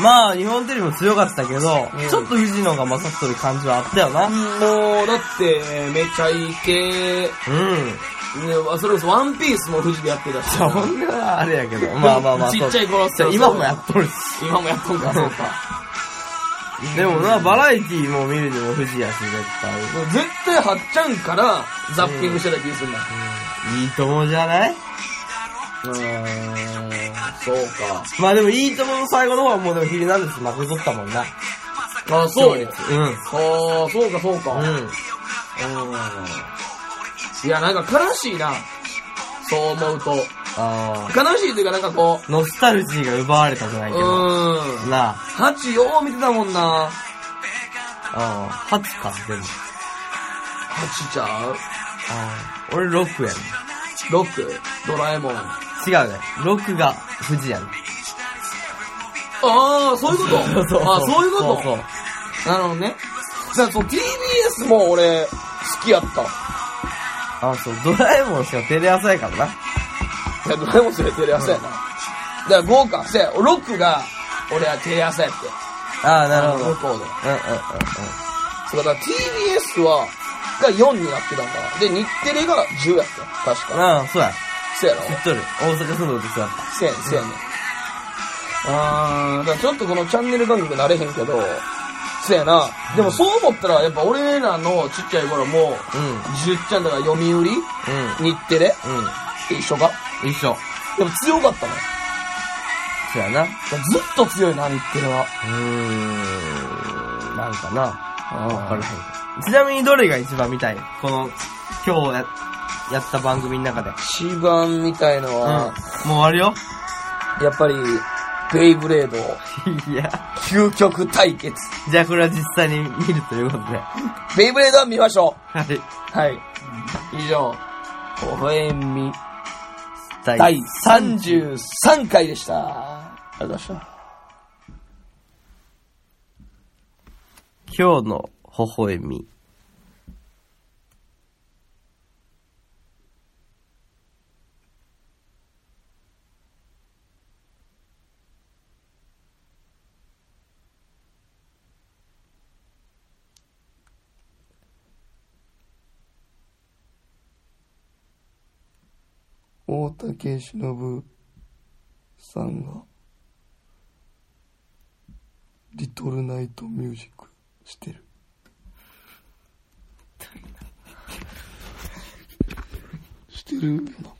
S2: まあ、日本テレビも強かったけど、
S1: うん
S2: ちょっと富士の方が勝っとる感じはあったよな。うん。
S1: もう、だって、めちゃイケ、ね、それこそワンピースも富士でやってた (laughs) し。
S2: そんな、あれやけど。まあまあまあ、
S1: ち
S2: そう
S1: っちゃい頃って。
S2: 今もやっとるし。
S1: 今もやっとんか、そうか。
S2: でもな、バラエティも見るにも富士やし、絶対。
S1: 絶対、はっちゃんからザッピングしてた気がするんだ。
S2: いいともじゃない
S1: うん、そうか。
S2: まあでも、いいともの最後の方はもうでも、ヒルナンデス負けとったもんな。
S1: あ、そう。あ
S2: うん。
S1: あ、そうか、そうか。うん。
S2: うん。
S1: いや、なんか悲しいな。そう思うと。
S2: あ
S1: 悲しいというか、なんかこ
S2: ー。ノスタルジーが奪われたじゃな
S1: う、
S2: いうけど。
S1: ーん。
S2: な
S1: ハチよう見てたもんな。
S2: あ。うん。8か、でも。
S1: ハチちゃう
S2: あー俺6やね。
S1: ロック、ドラえもん。あ
S2: 違うね。6が富士やね。
S1: あ、そういうことあそういうこと
S2: そう
S1: なるほどね。じゃあ、その TBS も俺、好きやった。
S2: あ、そう、ドラえもんしかテレ朝やからな。
S1: いや、ドラえもんそれテレ朝やな。だから、豪華。せや、ロックが、俺はテレ朝やって。
S2: ああ、なるほど。うんうんうん
S1: 向こうで。
S2: うん。
S1: そうだから TBS は、が4になってたんから。で、日テレが10やった。確か。
S2: ああ、そうや。
S1: せやろ
S2: 知っとる。大阪住んどってそうやっ
S1: せやねん、せやねん。あー、だからちょっとこのチャンネル感覚慣れへんけど、せやな。でもそう思ったら、やっぱ俺らのちっちゃい頃も、
S2: た。うん。
S1: 十ちゃんだから読売日テレ
S2: うん。うん。
S1: 一緒か
S2: 一緒。
S1: でも強かったね。
S2: そうやな。う
S1: ずっと強いな、日テレは。
S2: ーん。なんかな。わか
S1: あ
S2: るちなみにどれが一番見たいこの、今日や、やった番組の中で。うん。
S1: 一番みたいの
S2: も
S1: は、
S2: う終わるよ。
S1: やっぱり、ベイブレード、
S2: いや。
S1: 究極対決。
S2: じゃあこれは実際に見るということで。
S1: ベイブレードは見ましょ
S2: はい。
S1: う。はい。以上、ほほえみ
S2: 第
S1: 第33回でした。ありがとうございました。
S2: 今日の微笑み。
S1: 大竹しのぶさんが、リトルナイトミュージックしてる。してるよな。